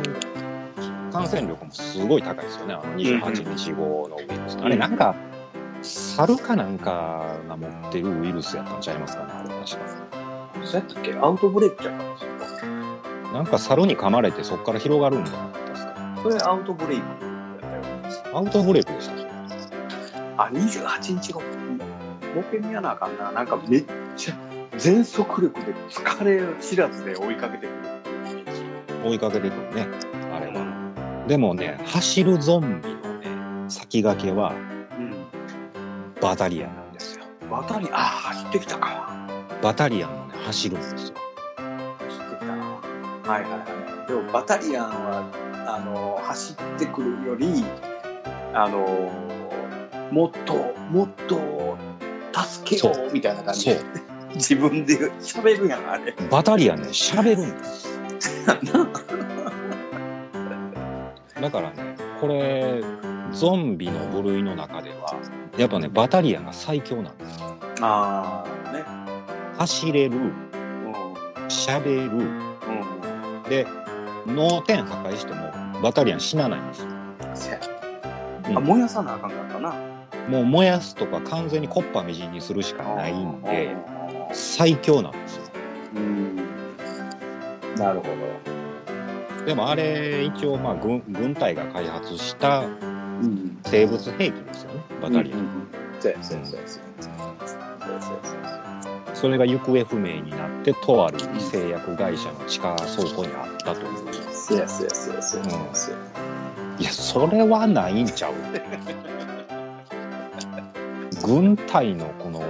感染力もすごい高いですよね、あの28日号のウイルス。あれ、なんか、猿かなんかが持ってるウイルスやったんちゃいますかね、あれ確か。そうやったっけアウトブレイクじゃなかったですかなんか猿に噛まれてそこから広がるんじゃなかったですか。それアウトブレイクだったよ。アウトブレイクでしたっけあ、28日後。もう一回見やなあかんな。なんかめっちゃ全速力で疲れ知らずで追いかけてくる。追いかけてくるね、あれは。でもね、走るゾンビのね、先駆けは、うん。バタリアンなんですよ。バタリ、ああ、走ってきたか。バタリアンもね、走るんですよ。走ってきたな。はいはいはい。でも、バタリアンは、あの、走ってくるより、あの、もっと、もっと、助けよ、そうみたいな感じそうで、。自分で喋るやん、あれ。バタリアンね、喋るんです。 だからね、これ、ゾンビの部類の中では、やっぱね、バタリアンが最強なんです。ああ、ね。走れる、喋うん。うん。る、で、脳天破壊しても、バタリアン死なないんですよ。せやうんあ燃やさなあかんかったな。もう燃やすとか完全にコッパみじんにするしかないんで、最強なんですよ。うん。なるほど。でもあれ、一応、まあ軍、軍隊が開発したうん。生物兵器ですよね、バタリアン。ン。そうやそうやそうやそうやそうやそうやそれが行方不明になって、とある製薬会社の地下倉庫にあったという。そうやそうやそうやそうやそうやいや、それはないんちゃう軍隊のこの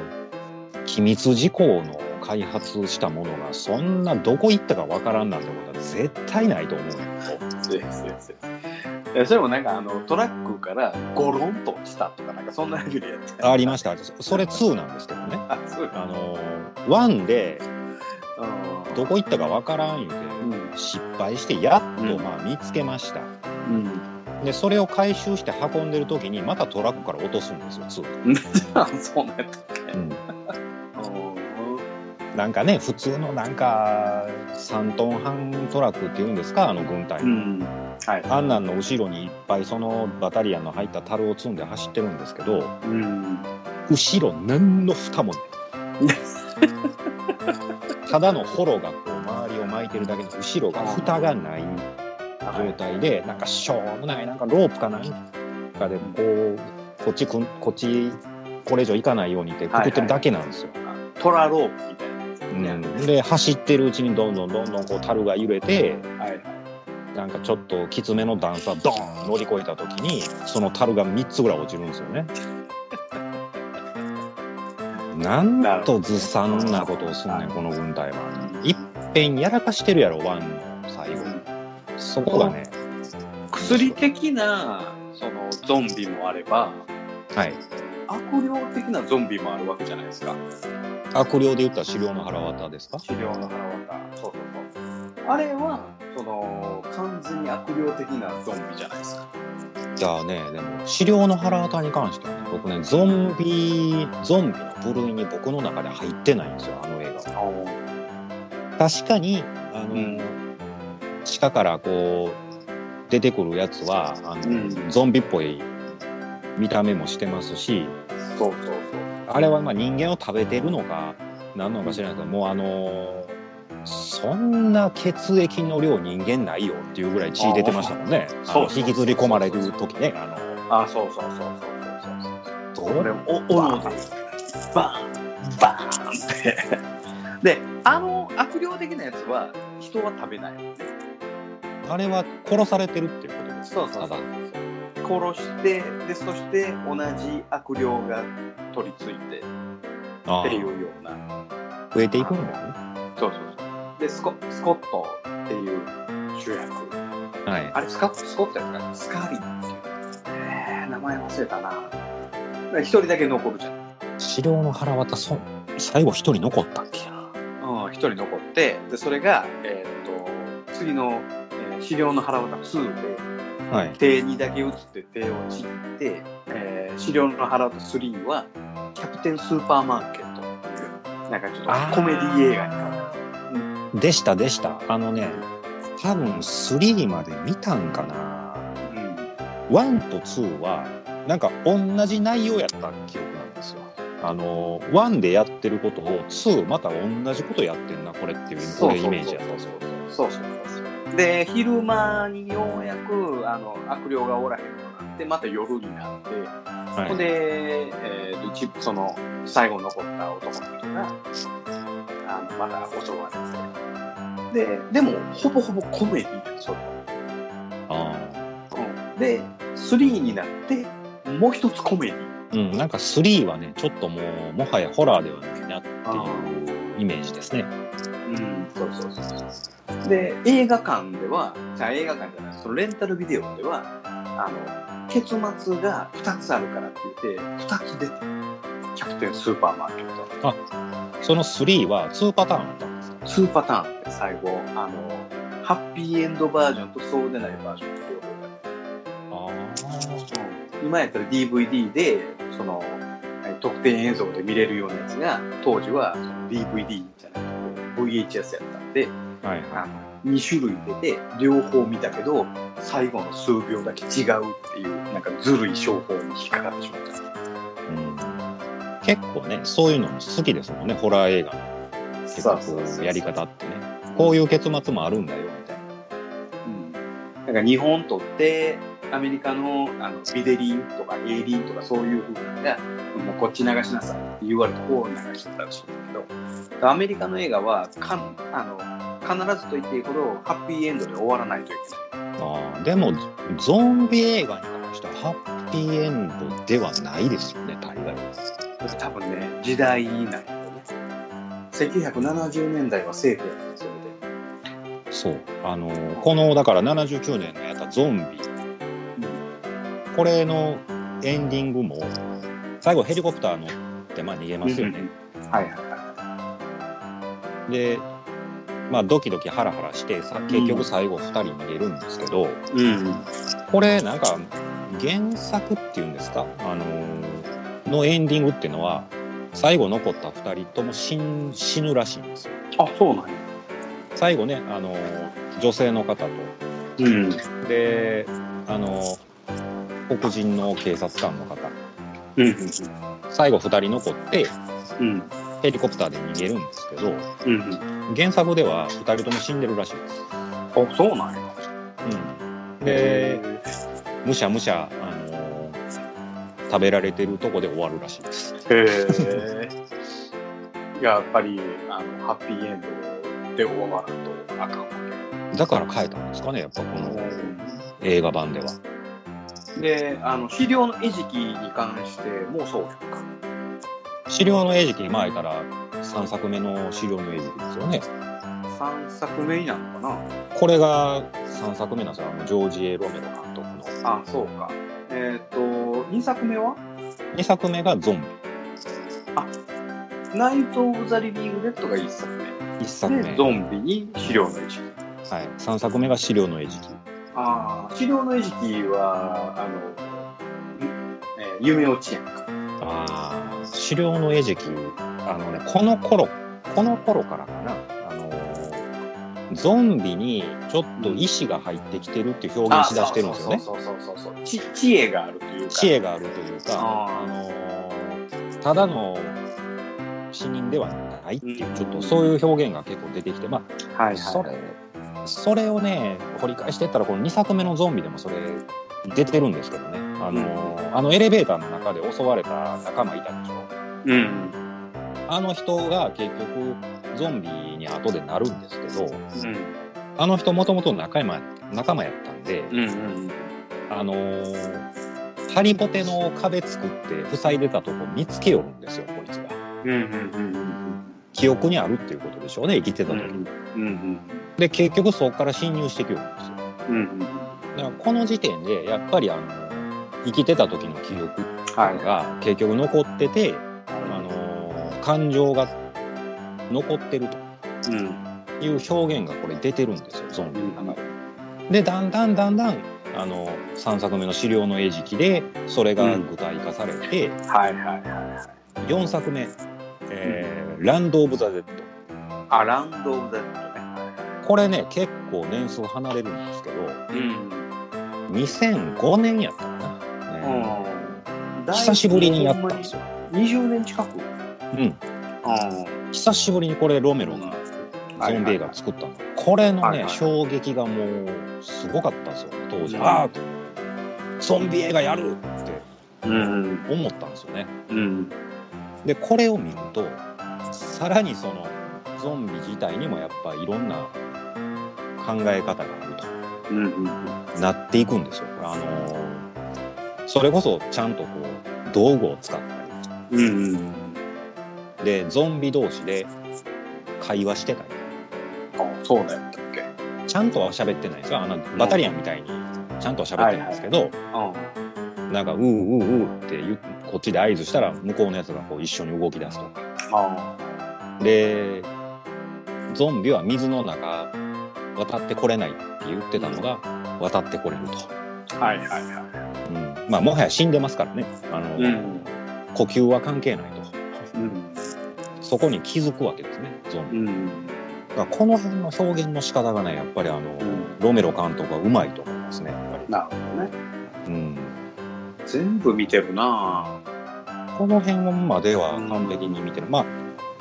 機密事項の開発したものがそんなどこ行ったかわからんなんてことは絶対ないと思うよ。そうやそうやそうやえそれもなんかあのトラックからゴロンと落ちたとかなんかそんなレベルやったありました、ありましたそれ2なんですけどね。あそうやあのー、1でうんどこ行ったかわからん言ううんて失敗してやっとうんまあ見つけました。うんで、それを回収して運んでる時にまたトラックから落とすんですよ、2。あそうなんやったうんうんなんかね、普通のなんか3トン半トラックっていうんですか、あの軍隊、うんはいあんなんの後ろにいっぱいそのバタリアンの入った樽を積んで走ってるんですけど、うん後ろ何の蓋もない。ただのホロがこう周りを巻いてるだけで後ろが蓋がない状態でなんかしょうもないなんかロープかなんかでこうこっちくんこっちこれ以上行かないようにってくくってるだけなんですよ。トラロープみたいなやつうん、で走ってるうちにどんどんどんどんこう樽が揺れてはいなんかちょっときつめの段差ドーン乗り越えた時にその樽が3つぐらい落ちるんですよね。なんとずさんなことをすんねんこの軍隊は。いっぺんやらかしてるやろワンの最後そこがね薬的なそのゾンビもあればはい悪霊的なゾンビもあるわけじゃないですか悪霊で言ったら狩猟の腹渡ですか治療の腹渡そうそうそうあれはその完全に悪霊的なゾンビじゃないですかじゃあねでも狩猟の腹渡に関してはね僕ねゾンビゾンビの部類に僕の中で入ってないんですよあの映画は。確かに、あの、うん地下からこう、出てくるやつは、あの、うんゾンビっぽい見た目もしてますし、そうそうそうあれはまあ人間を食べてるのか、何なのか知らないけど、もうあの、そんな血液の量人間ないよっていうぐらい血出てましたもんね。ああのそうそう引きずり込まれる時ね、ああそうそうそうそうそうの、そう俺どうおおでバーンバーンってであの悪霊的なやつは人は食べないあれは殺されてるっていうことです。そうそうただ、殺してでそして同じ悪霊が取り付いてあっていうーような増えていくんだよね。そうそうそうでスコスコットっていう主役はい。あれスカスコットやったかなスカーリーっていうえー名前忘れたなで一人だけ残るじゃん狩猟の腹渡、そ最後一人残ったっけな。うん一人残ってでそれが、えーっと次の、えー、資料の腹渡2ではい。手にだけ移って手をちぎって、えー、資料の腹渡3はキャプテンスーパーマーケットっていうなんかちょっとコメディ映画になるでしたでしたあのね多分3まで見たんかな1と2はなんか同じ内容やった記憶なんですよあの1でやってることを2また同じことやってんなこれっていうこれイメージやったんですよそうそうそうそうで昼間にようやくあの悪霊がおらへんくなってまた夜になって、はほんいで、えーと一その最後残った男の人があのまた襲われてででもほぼほぼコメディやそれあうんで3になってもう一つコメディうん、なんか3はね、ちょっともう、もはやホラーではないなっていうイメージですね。うん、そうそうそう。で、映画館では、じゃあ映画館じゃない、そのレンタルビデオでは、あの、結末が2つあるからって言って、2つ出て、キャプテンスーパーマーケット。その3は2パターンあったんですか2パターンって最後、あの、ハッピーエンドバージョンとそうでないバージョンって両方があ今やったら DVD でそのえー特典映像で見れるようなやつが当時はその DVD じゃなくて VHS やったんであ。はいあの2種類出て両方見たけど最後の数秒だけ違うっていうなんかずるい商法に引っかかってしまったはい。うん、結構ね、そういうのも好きですもんね、ホラー映画の結構やり方ってね。こういう結末もあるんだよ、みたいな。うんなんか日本撮ってアメリカのあのビデリンとかエイリンとかそういう風なのがもうこっち流しなさいって言われた方を流してたらしいんだけどアメリカの映画はかんあの必ずと言っていいほどハッピーエンドで終わらないといけあーでも、ゾンビ映画に関しては、ハッピーエンドではないですよね、大概。ない多分ね時代なんだよね1970年代はセーフやったんですよねそう。あのーこの、だから79年のやったゾンビ。これのエンディングも、最後ヘリコプター乗って、まあ逃げますよね。はいはいはで、まあ、ドキドキハラハラしてさ結局最後2人逃げるんですけど、いうんこれなんか原作っていうんですか、あのーのエンディングっていうのは最後残った2人とも死ん死ぬらしいんですよあそうなんや最後ね、あのー女性の方とうんで、あのー黒人の警察官の方うん最後2人残ってうんヘリコプターで逃げるんですけどうんうん原作では2人とも死んでるらしいです、あそうなんやうん、でむしゃむしゃ、あのー食べられてるとこで終わるらしいです。へえ。やっぱりあのハッピーエンドで終わらんとあかんわだから変えたんですかね、やっぱこのけ。映画版では。で、あの資料の餌食に関してもそうやんか。資料の餌食に巻いたら、3作目の資料の餌食ですよね。三作目になるのかこれが3作目なんですよ、あのジョージ・エロメロ監督の。な。あ、そうか。えっ、と二作目は2作目がゾンビ、ナイトオブザリビングデッドが一作1作目。目、で、ゾンビに資料の餌食。はい、3作目が資料の餌食。ああ、資料の餌食はあの、んえー夢落ちやんか。ああ、資料の餌食、あのね、この頃、この頃からかな、あのーゾンビにちょっと意志が入ってきてるっていう表現しだしてるんですよね。そうそうそうそうそう。ち知恵があるというか。知恵があるというか、あーあのーただの死人ではないっていうう、んちょっとそういう表現が結構出てきて、まはいはあ、い。それ、それをね、掘り返していったら、この2作目のゾンビでもそれ、出てるんですけどね、あのーあのエレベーターの中で襲われた仲間いたでしょ。うん。あの人が結局ゾンビに後でなるんですけどうあの人もともと仲間仲間やったんで、んうんあのーハリボテの壁作って塞いでたとこ見つけよるんですよこいつがうんうんうん記憶にあるっていうことでしょうね生きてたうんう時、んうんで結局そこから侵入してきよるんですようんうんだからこの時点でやっぱりあの生きてた時の記憶はいが結局残ってて、あのー感情が残ってるとうんいう表現がこれ出てるんですよゾンビの中で。でだんだんだんだんあの3作目の「資料の餌食」でそれが具体化されて、はいはいはい4作目、えーランド・オブ・ザ・デッあランド・オブ・ザ・デッド」これね結構年数離れるんですけどドねうん2005年やったかな、ねだいぶ久しぶりにやったんですよ、 20年近くうん、う久しぶりにこれロメロがゾンビ映画作ったの、これのね、はいはい衝撃がもうすごかったんですよ当時、うんああゾンビ映画やるってうん思ったんですよねうんでこれを見るとさらにそのゾンビ自体にもやっぱいろんな考え方があるうんうんとなっていくんですよ。あのーそれこそちゃんとこう道具を使ったうんうん。りでゾンビ同士で会話してたりあ、そうだよ。ったっけ。ちゃんとは喋ってないですよあのバタリアンみたいにちゃんとは喋ってないんですけど、うなんか「うーうーうー」って言うこっちで合図したら向こうのやつがこう一緒に動き出すとかん。あでゾンビは水の中渡ってこれないって言ってたのが渡ってこれると、あ。はいはいはうんまあもはや死んでますからねあの、い。ん。呼吸は関係ないとうん。そこに気づくわけですねゾンビうん。だからこの辺の表現の仕方がねやっぱりあの、んロメロ監督はうまいと思いますねやっぱり、なるほどね。うん、全部見てるなぁ。この辺までは完璧に見てる、まあ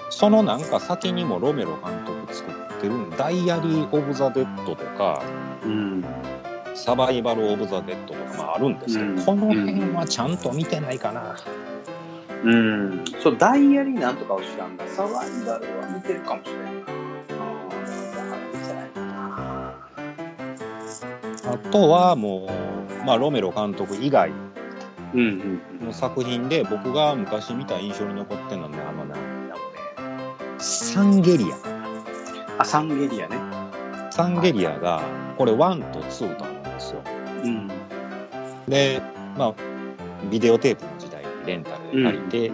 そのなんか先にもロメロ監督作ってる「ダイアリー・オブ・ザ・デッド」とかうん。 「サバイバル・オブ・ザ・デッド」とか、まあ、あるんですけど、うんこの辺はちゃんと見てないかな、うん。そう、ダイアリーなんとかを知らんが、サバイバルは見てるかもしれんな。あーだから見てないなあとはもう、まあ、ロメロ監督以外うんうんの作品で僕が昔見た印象に残ってるのはねあのななのねサンゲリうん。あ、サンゲリアね。アサンゲリアがこれ1と2とあるんですようん。でまあビデオテープの時代にレンタルで借りて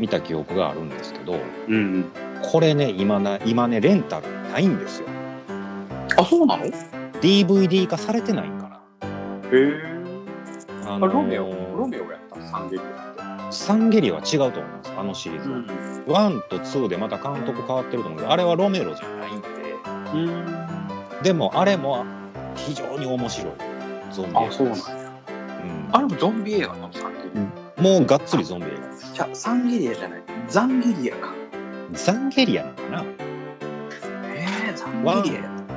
見た記憶があるんですけど、うん。これね今な今ねレンタルないんですよあ、そうなのへ DVD 化されてないんかなえ。ああのロメオ、ロメオやったサンゲリアって。サンゲリアは違うと思いますあのシリーズは、1と2でまた監督変わってると思うけどあれはロメロじゃないんででもあれも非常に面白いゾンビ映画あ、そうなんですや。うんあれもゾンビ映画なの、サンゲリもうがっつりゾンビ映画ですア。じゃサンゲリアじゃない。ザンゲリアか。ザンゲリアなのかなええ、ザンワンゲリアやった。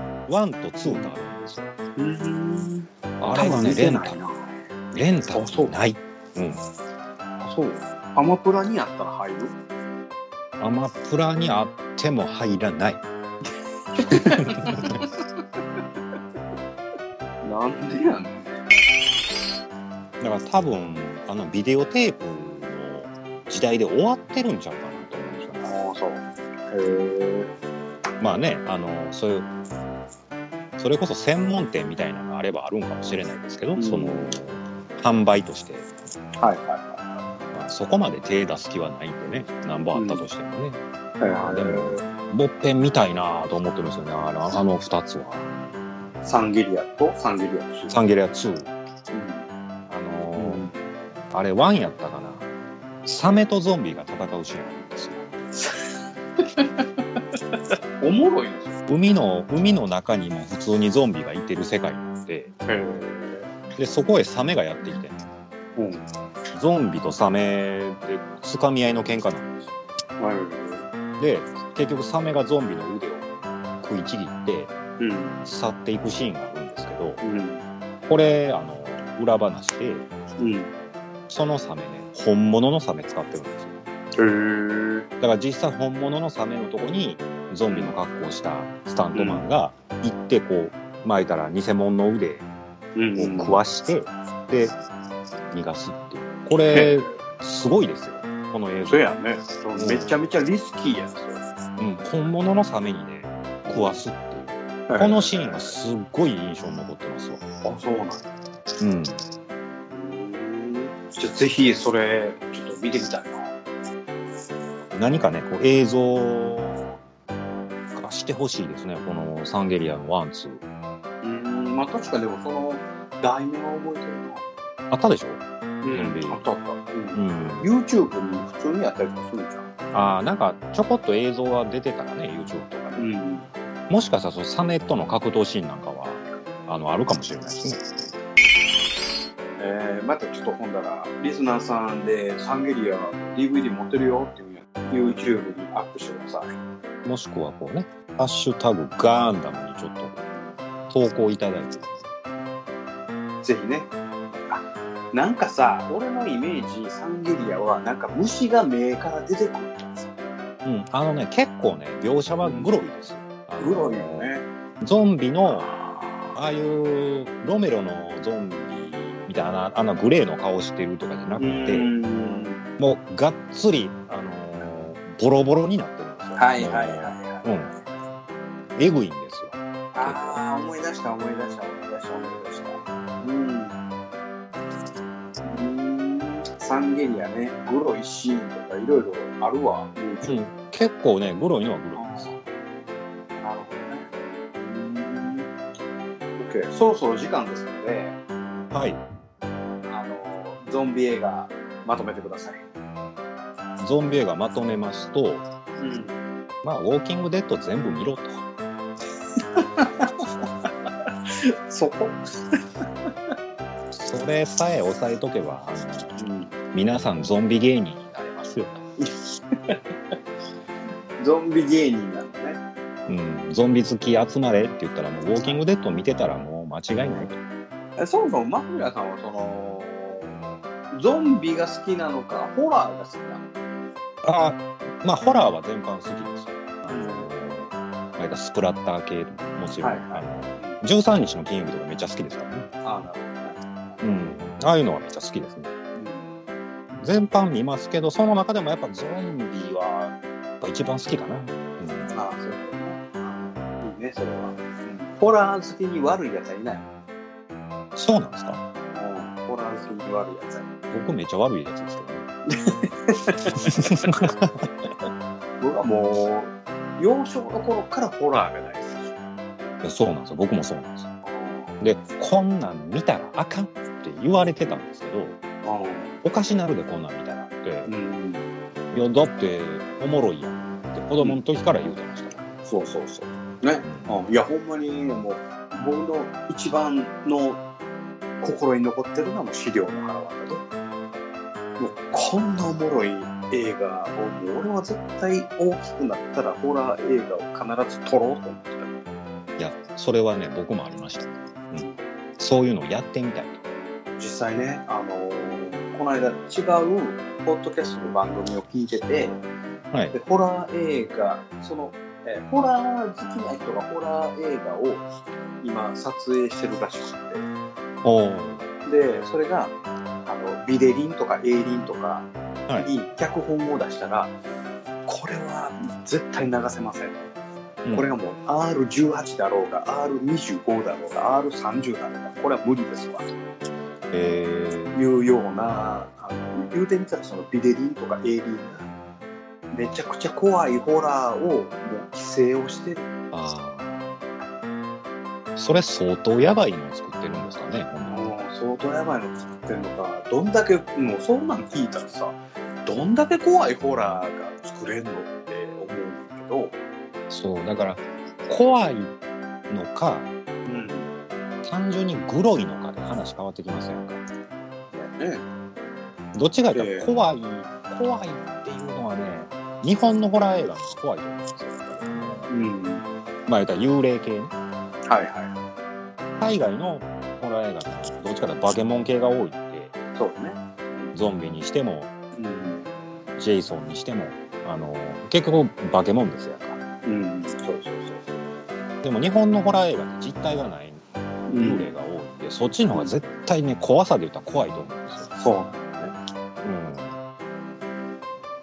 1と2とあるんですようん。あれがね見てレンなタいルな。レンタあそルうないうんあそう。アマプラにあったら入る。アマプラにあっても入らないなんでやねん。だから多分あのビデオテープの時代で終わってるんちゃうかなと思うんですよねああ、そう。へまあねあのそういうそれこそ専門店みたいなのがあればあるんかもしれないですけど、うんその販売として、え。はいはまあ、そこまで手出す気はないんでね何本あったとしてもね、いはい。でも、もっぺん見たいなと思ってるんですよねあのあの2つはサンゲリアとサンゲリアと。サンゲリア2うんあのーあれ1やったかなサメとゾンビが戦うシーンなんですよおもろいんですよ。海の海の中にも普通にゾンビがいてる世界なんでへえ。でそこへサメがやってきてうん。ゾンビとサメでつかみ合いの喧嘩なんですよはで結局サメがゾンビの腕を食いちぎってい。うん。去っていくシーンがあるんですけどうん。これあの裏話でうん。そのサメね本物のサメ使ってるんですよへえ。だから実際本物のサメのとこにゾンビの格好をしたスタントマンが行ってこう巻いたら偽物の腕うんを食わして、で逃がすっていうこ れすごいですよこの映像そうやね。そうめちゃめちゃリスキーやんそれうん、本物のサメにね食わすっていうこのシーンがすっごい印象に残ってますわ、あ、そうなんだ。うん、じゃあぜひそれちょっと見てみたいな。何かねこう映像化してほしいですねこのサンゲリアのワンツーうん、まあ確かでもその題名は覚えてるあったでしょ、な。うんあったあった。うんうん、 YouTube に普通にやったりとかするじゃん。あーなんかちょこっと映像が出てたらね YouTube とかで、ん。もしかしたらそのサメとの格闘シーンなんかはあのあるかもしれないですねえー、またちょっとほんだら、リスナーさんでサンゲリア DVD 持ってるよっていうやつ YouTube にアップしてください。もしくはこうね「ハッシュタグガンダム」にちょっと投稿いただいてぜひね。あなんかさ、俺のイメージ、サンゲリアは、なんか虫が目から出てくるってやつ。うん、あのね結構ね描写はグロいですよあのグロいよね。ゾンビのああいうロメロのゾンビみたいなあのグレーの顔してるとかじゃなくて、うんもうがっつり、あのーボロボロになってるんですよ。はいはいはいはい。うん。えぐいんですよ。ああ、思い出した思い出した思い出した思い出した。うん。うんサンゲリアね、グロいシーンとかいろいろあるわ。うなるん、結構ね、グロいのはグロいです。ほどね。うん。OK、そろそろ時間ですので、はい。あの、ゾンビ映画まとめてください。ゾンビ映画まとめますと、うん。まあ、ウォーキングデッド全部見ろと。そこそれさえ押さえとけば、あの皆さんゾンビ芸人になれますよゾンビ芸人なんだね。と。うん。ゾンビ好き集まれって言ったら、もうウォーキングデッド見てたらもう間違いないと。えそもそもマフラさんはその、ゾンビが好きなのか、ホラーが好きなのか。ああ、まあ、ホラーは全般好きですよ。あのなんかスプラッター系もちろん、はいはいあの13日の金曜日とかめっちゃ好きですからね、ああ、なるほどね。うん、ああいうのはめっちゃ好きですね全般見ますけどその中でもやっぱゾンビはやっぱ一番好きかな、うんああ、そういうことね。いいね、それは。ホラー好きに悪いやつはいない。そうなんですかホラー好きに悪いやつはいない。僕めっちゃ悪いやつですけどね僕はもう、幼少の頃から ホラーが大好き。いやそうなんですよ僕もそうなんですよでこんなん見たらあかんって言われてたんですけどおかしなるでこんなん見たらって、うん。いやだっておもろいやんって子供の時から言うてましたから、そうそうそう。ね。うんいや、ほんまに、もう、僕の一番の心に残ってるのはもう資料の腹渡で。もう、こんなおもろい映画を、もう俺は絶対大きくなったらホラー映画を必ず撮ろうと思ってた。いやそれはね僕もありました、うん、そういうのをやってみたい実際ね、あのーこの間違うポッドキャストの番組を聞いてて、とはいでホラー映画その、えーホラー好きな人がホラー映画を今撮影してるらしくおーてでそれがあのビデリンとかエイリンとかはに脚本を出したら、これは絶対流せません、うんこれがもう R18 だろうが R25 だろうが R30 だろうがこれは無理ですわえいうようなあの言うてみたらそのビデリンとかエイリンがめちゃくちゃ怖いホラーをもう規制をしてるー、あーそれ相当やばいのを作ってるんですかねほんまもう相当やばいの作ってるのかどんだけもうそんなん聞いたらさどんだけ怖いホラーが作れんのって思うんだけど、そうだから怖いのかうん、単純にグロいのかで話変わってきませんかだよねどっちがいうええと怖い、怖いっていうのはね日本のホラー映画の方が怖いと思うんですようんはまあ言ったら幽霊系ねいは海外のホラー映画ってどっちかというとバケモン系が多いんいでそうねゾンビにしてもうん、ジェイソンにしてもあの結局バケモンですやんかうん、そうそうそうそうでも日本のホラー映画って実体がない幽霊が多いんで、そっちの方が絶対ね怖さで言ったら怖いと思うんですよ、そうなんだねうん、だ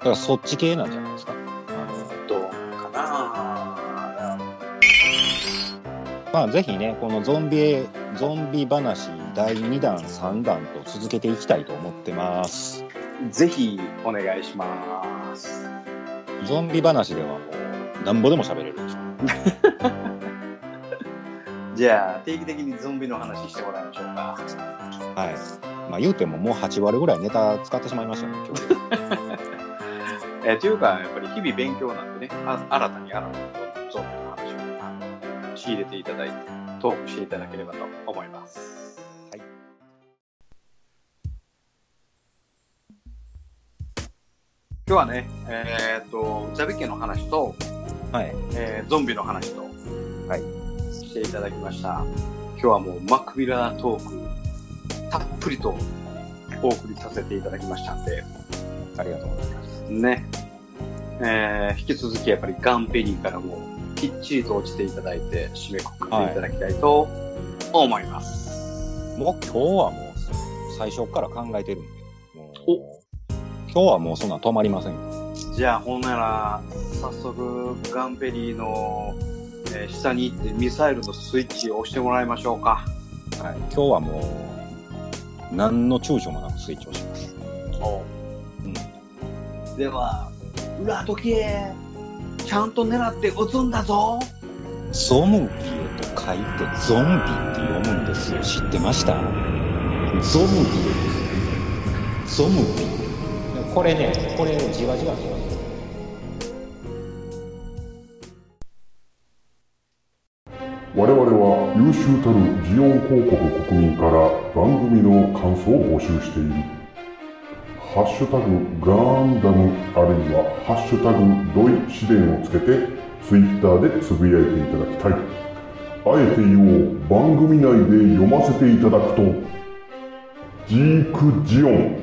からそっち系なんじゃないですかあどうかなのまあぜひねこのゾンビ映ゾンビ話第2弾3弾と続けていきたいと思ってますぜひお願いします。ゾンビ話ではもうなんぼでも喋れるでしょじゃあ定期的にゾンビの話してもらいましょうか。はい。まあ言うてももう8割ぐらいネタ使ってしまいましたね、今日。えーというかやっぱり日々勉強なんでねあ新たに新たにゾンビの話をあの仕入れていただいてトークしていただければと思います。今日はね、えっ、と、ザビ家の話と、はい。えーゾンビの話と、はいしていただきました。今日はもうマクビラトーク、たっぷりとお送りさせていただきましたんで、ありがとうございます。ね。えー引き続きやっぱりガンペリーからもきっちりと落ちていただいて、締めくくっていただきたいと思います。もう今日はもう、最初から考えてるんで、もう今日はもうそんなん止まりませんよ。じゃあ、ほんなら、早速、ガンペリーの、えー下に行ってミサイルのスイッチを押してもらいましょうか。はい、今日はもう、何の躊躇もなくスイッチをします。では、裏時計、ちゃんと狙って撃つんだぞ。ゾムビエと書いてゾンビって読むんですよ。知ってましたゾムビエ。ゾムビエ。これね、これをじわじわじわ。我々は優秀たるジオン広告国民から番組の感想を募集している「ハッシュタグガンダム」あるいは「ハッシュタグドイ試練」をつけてツイッターでつぶやいていただきたいあえて言おう番組内で読ませていただくとジークジオン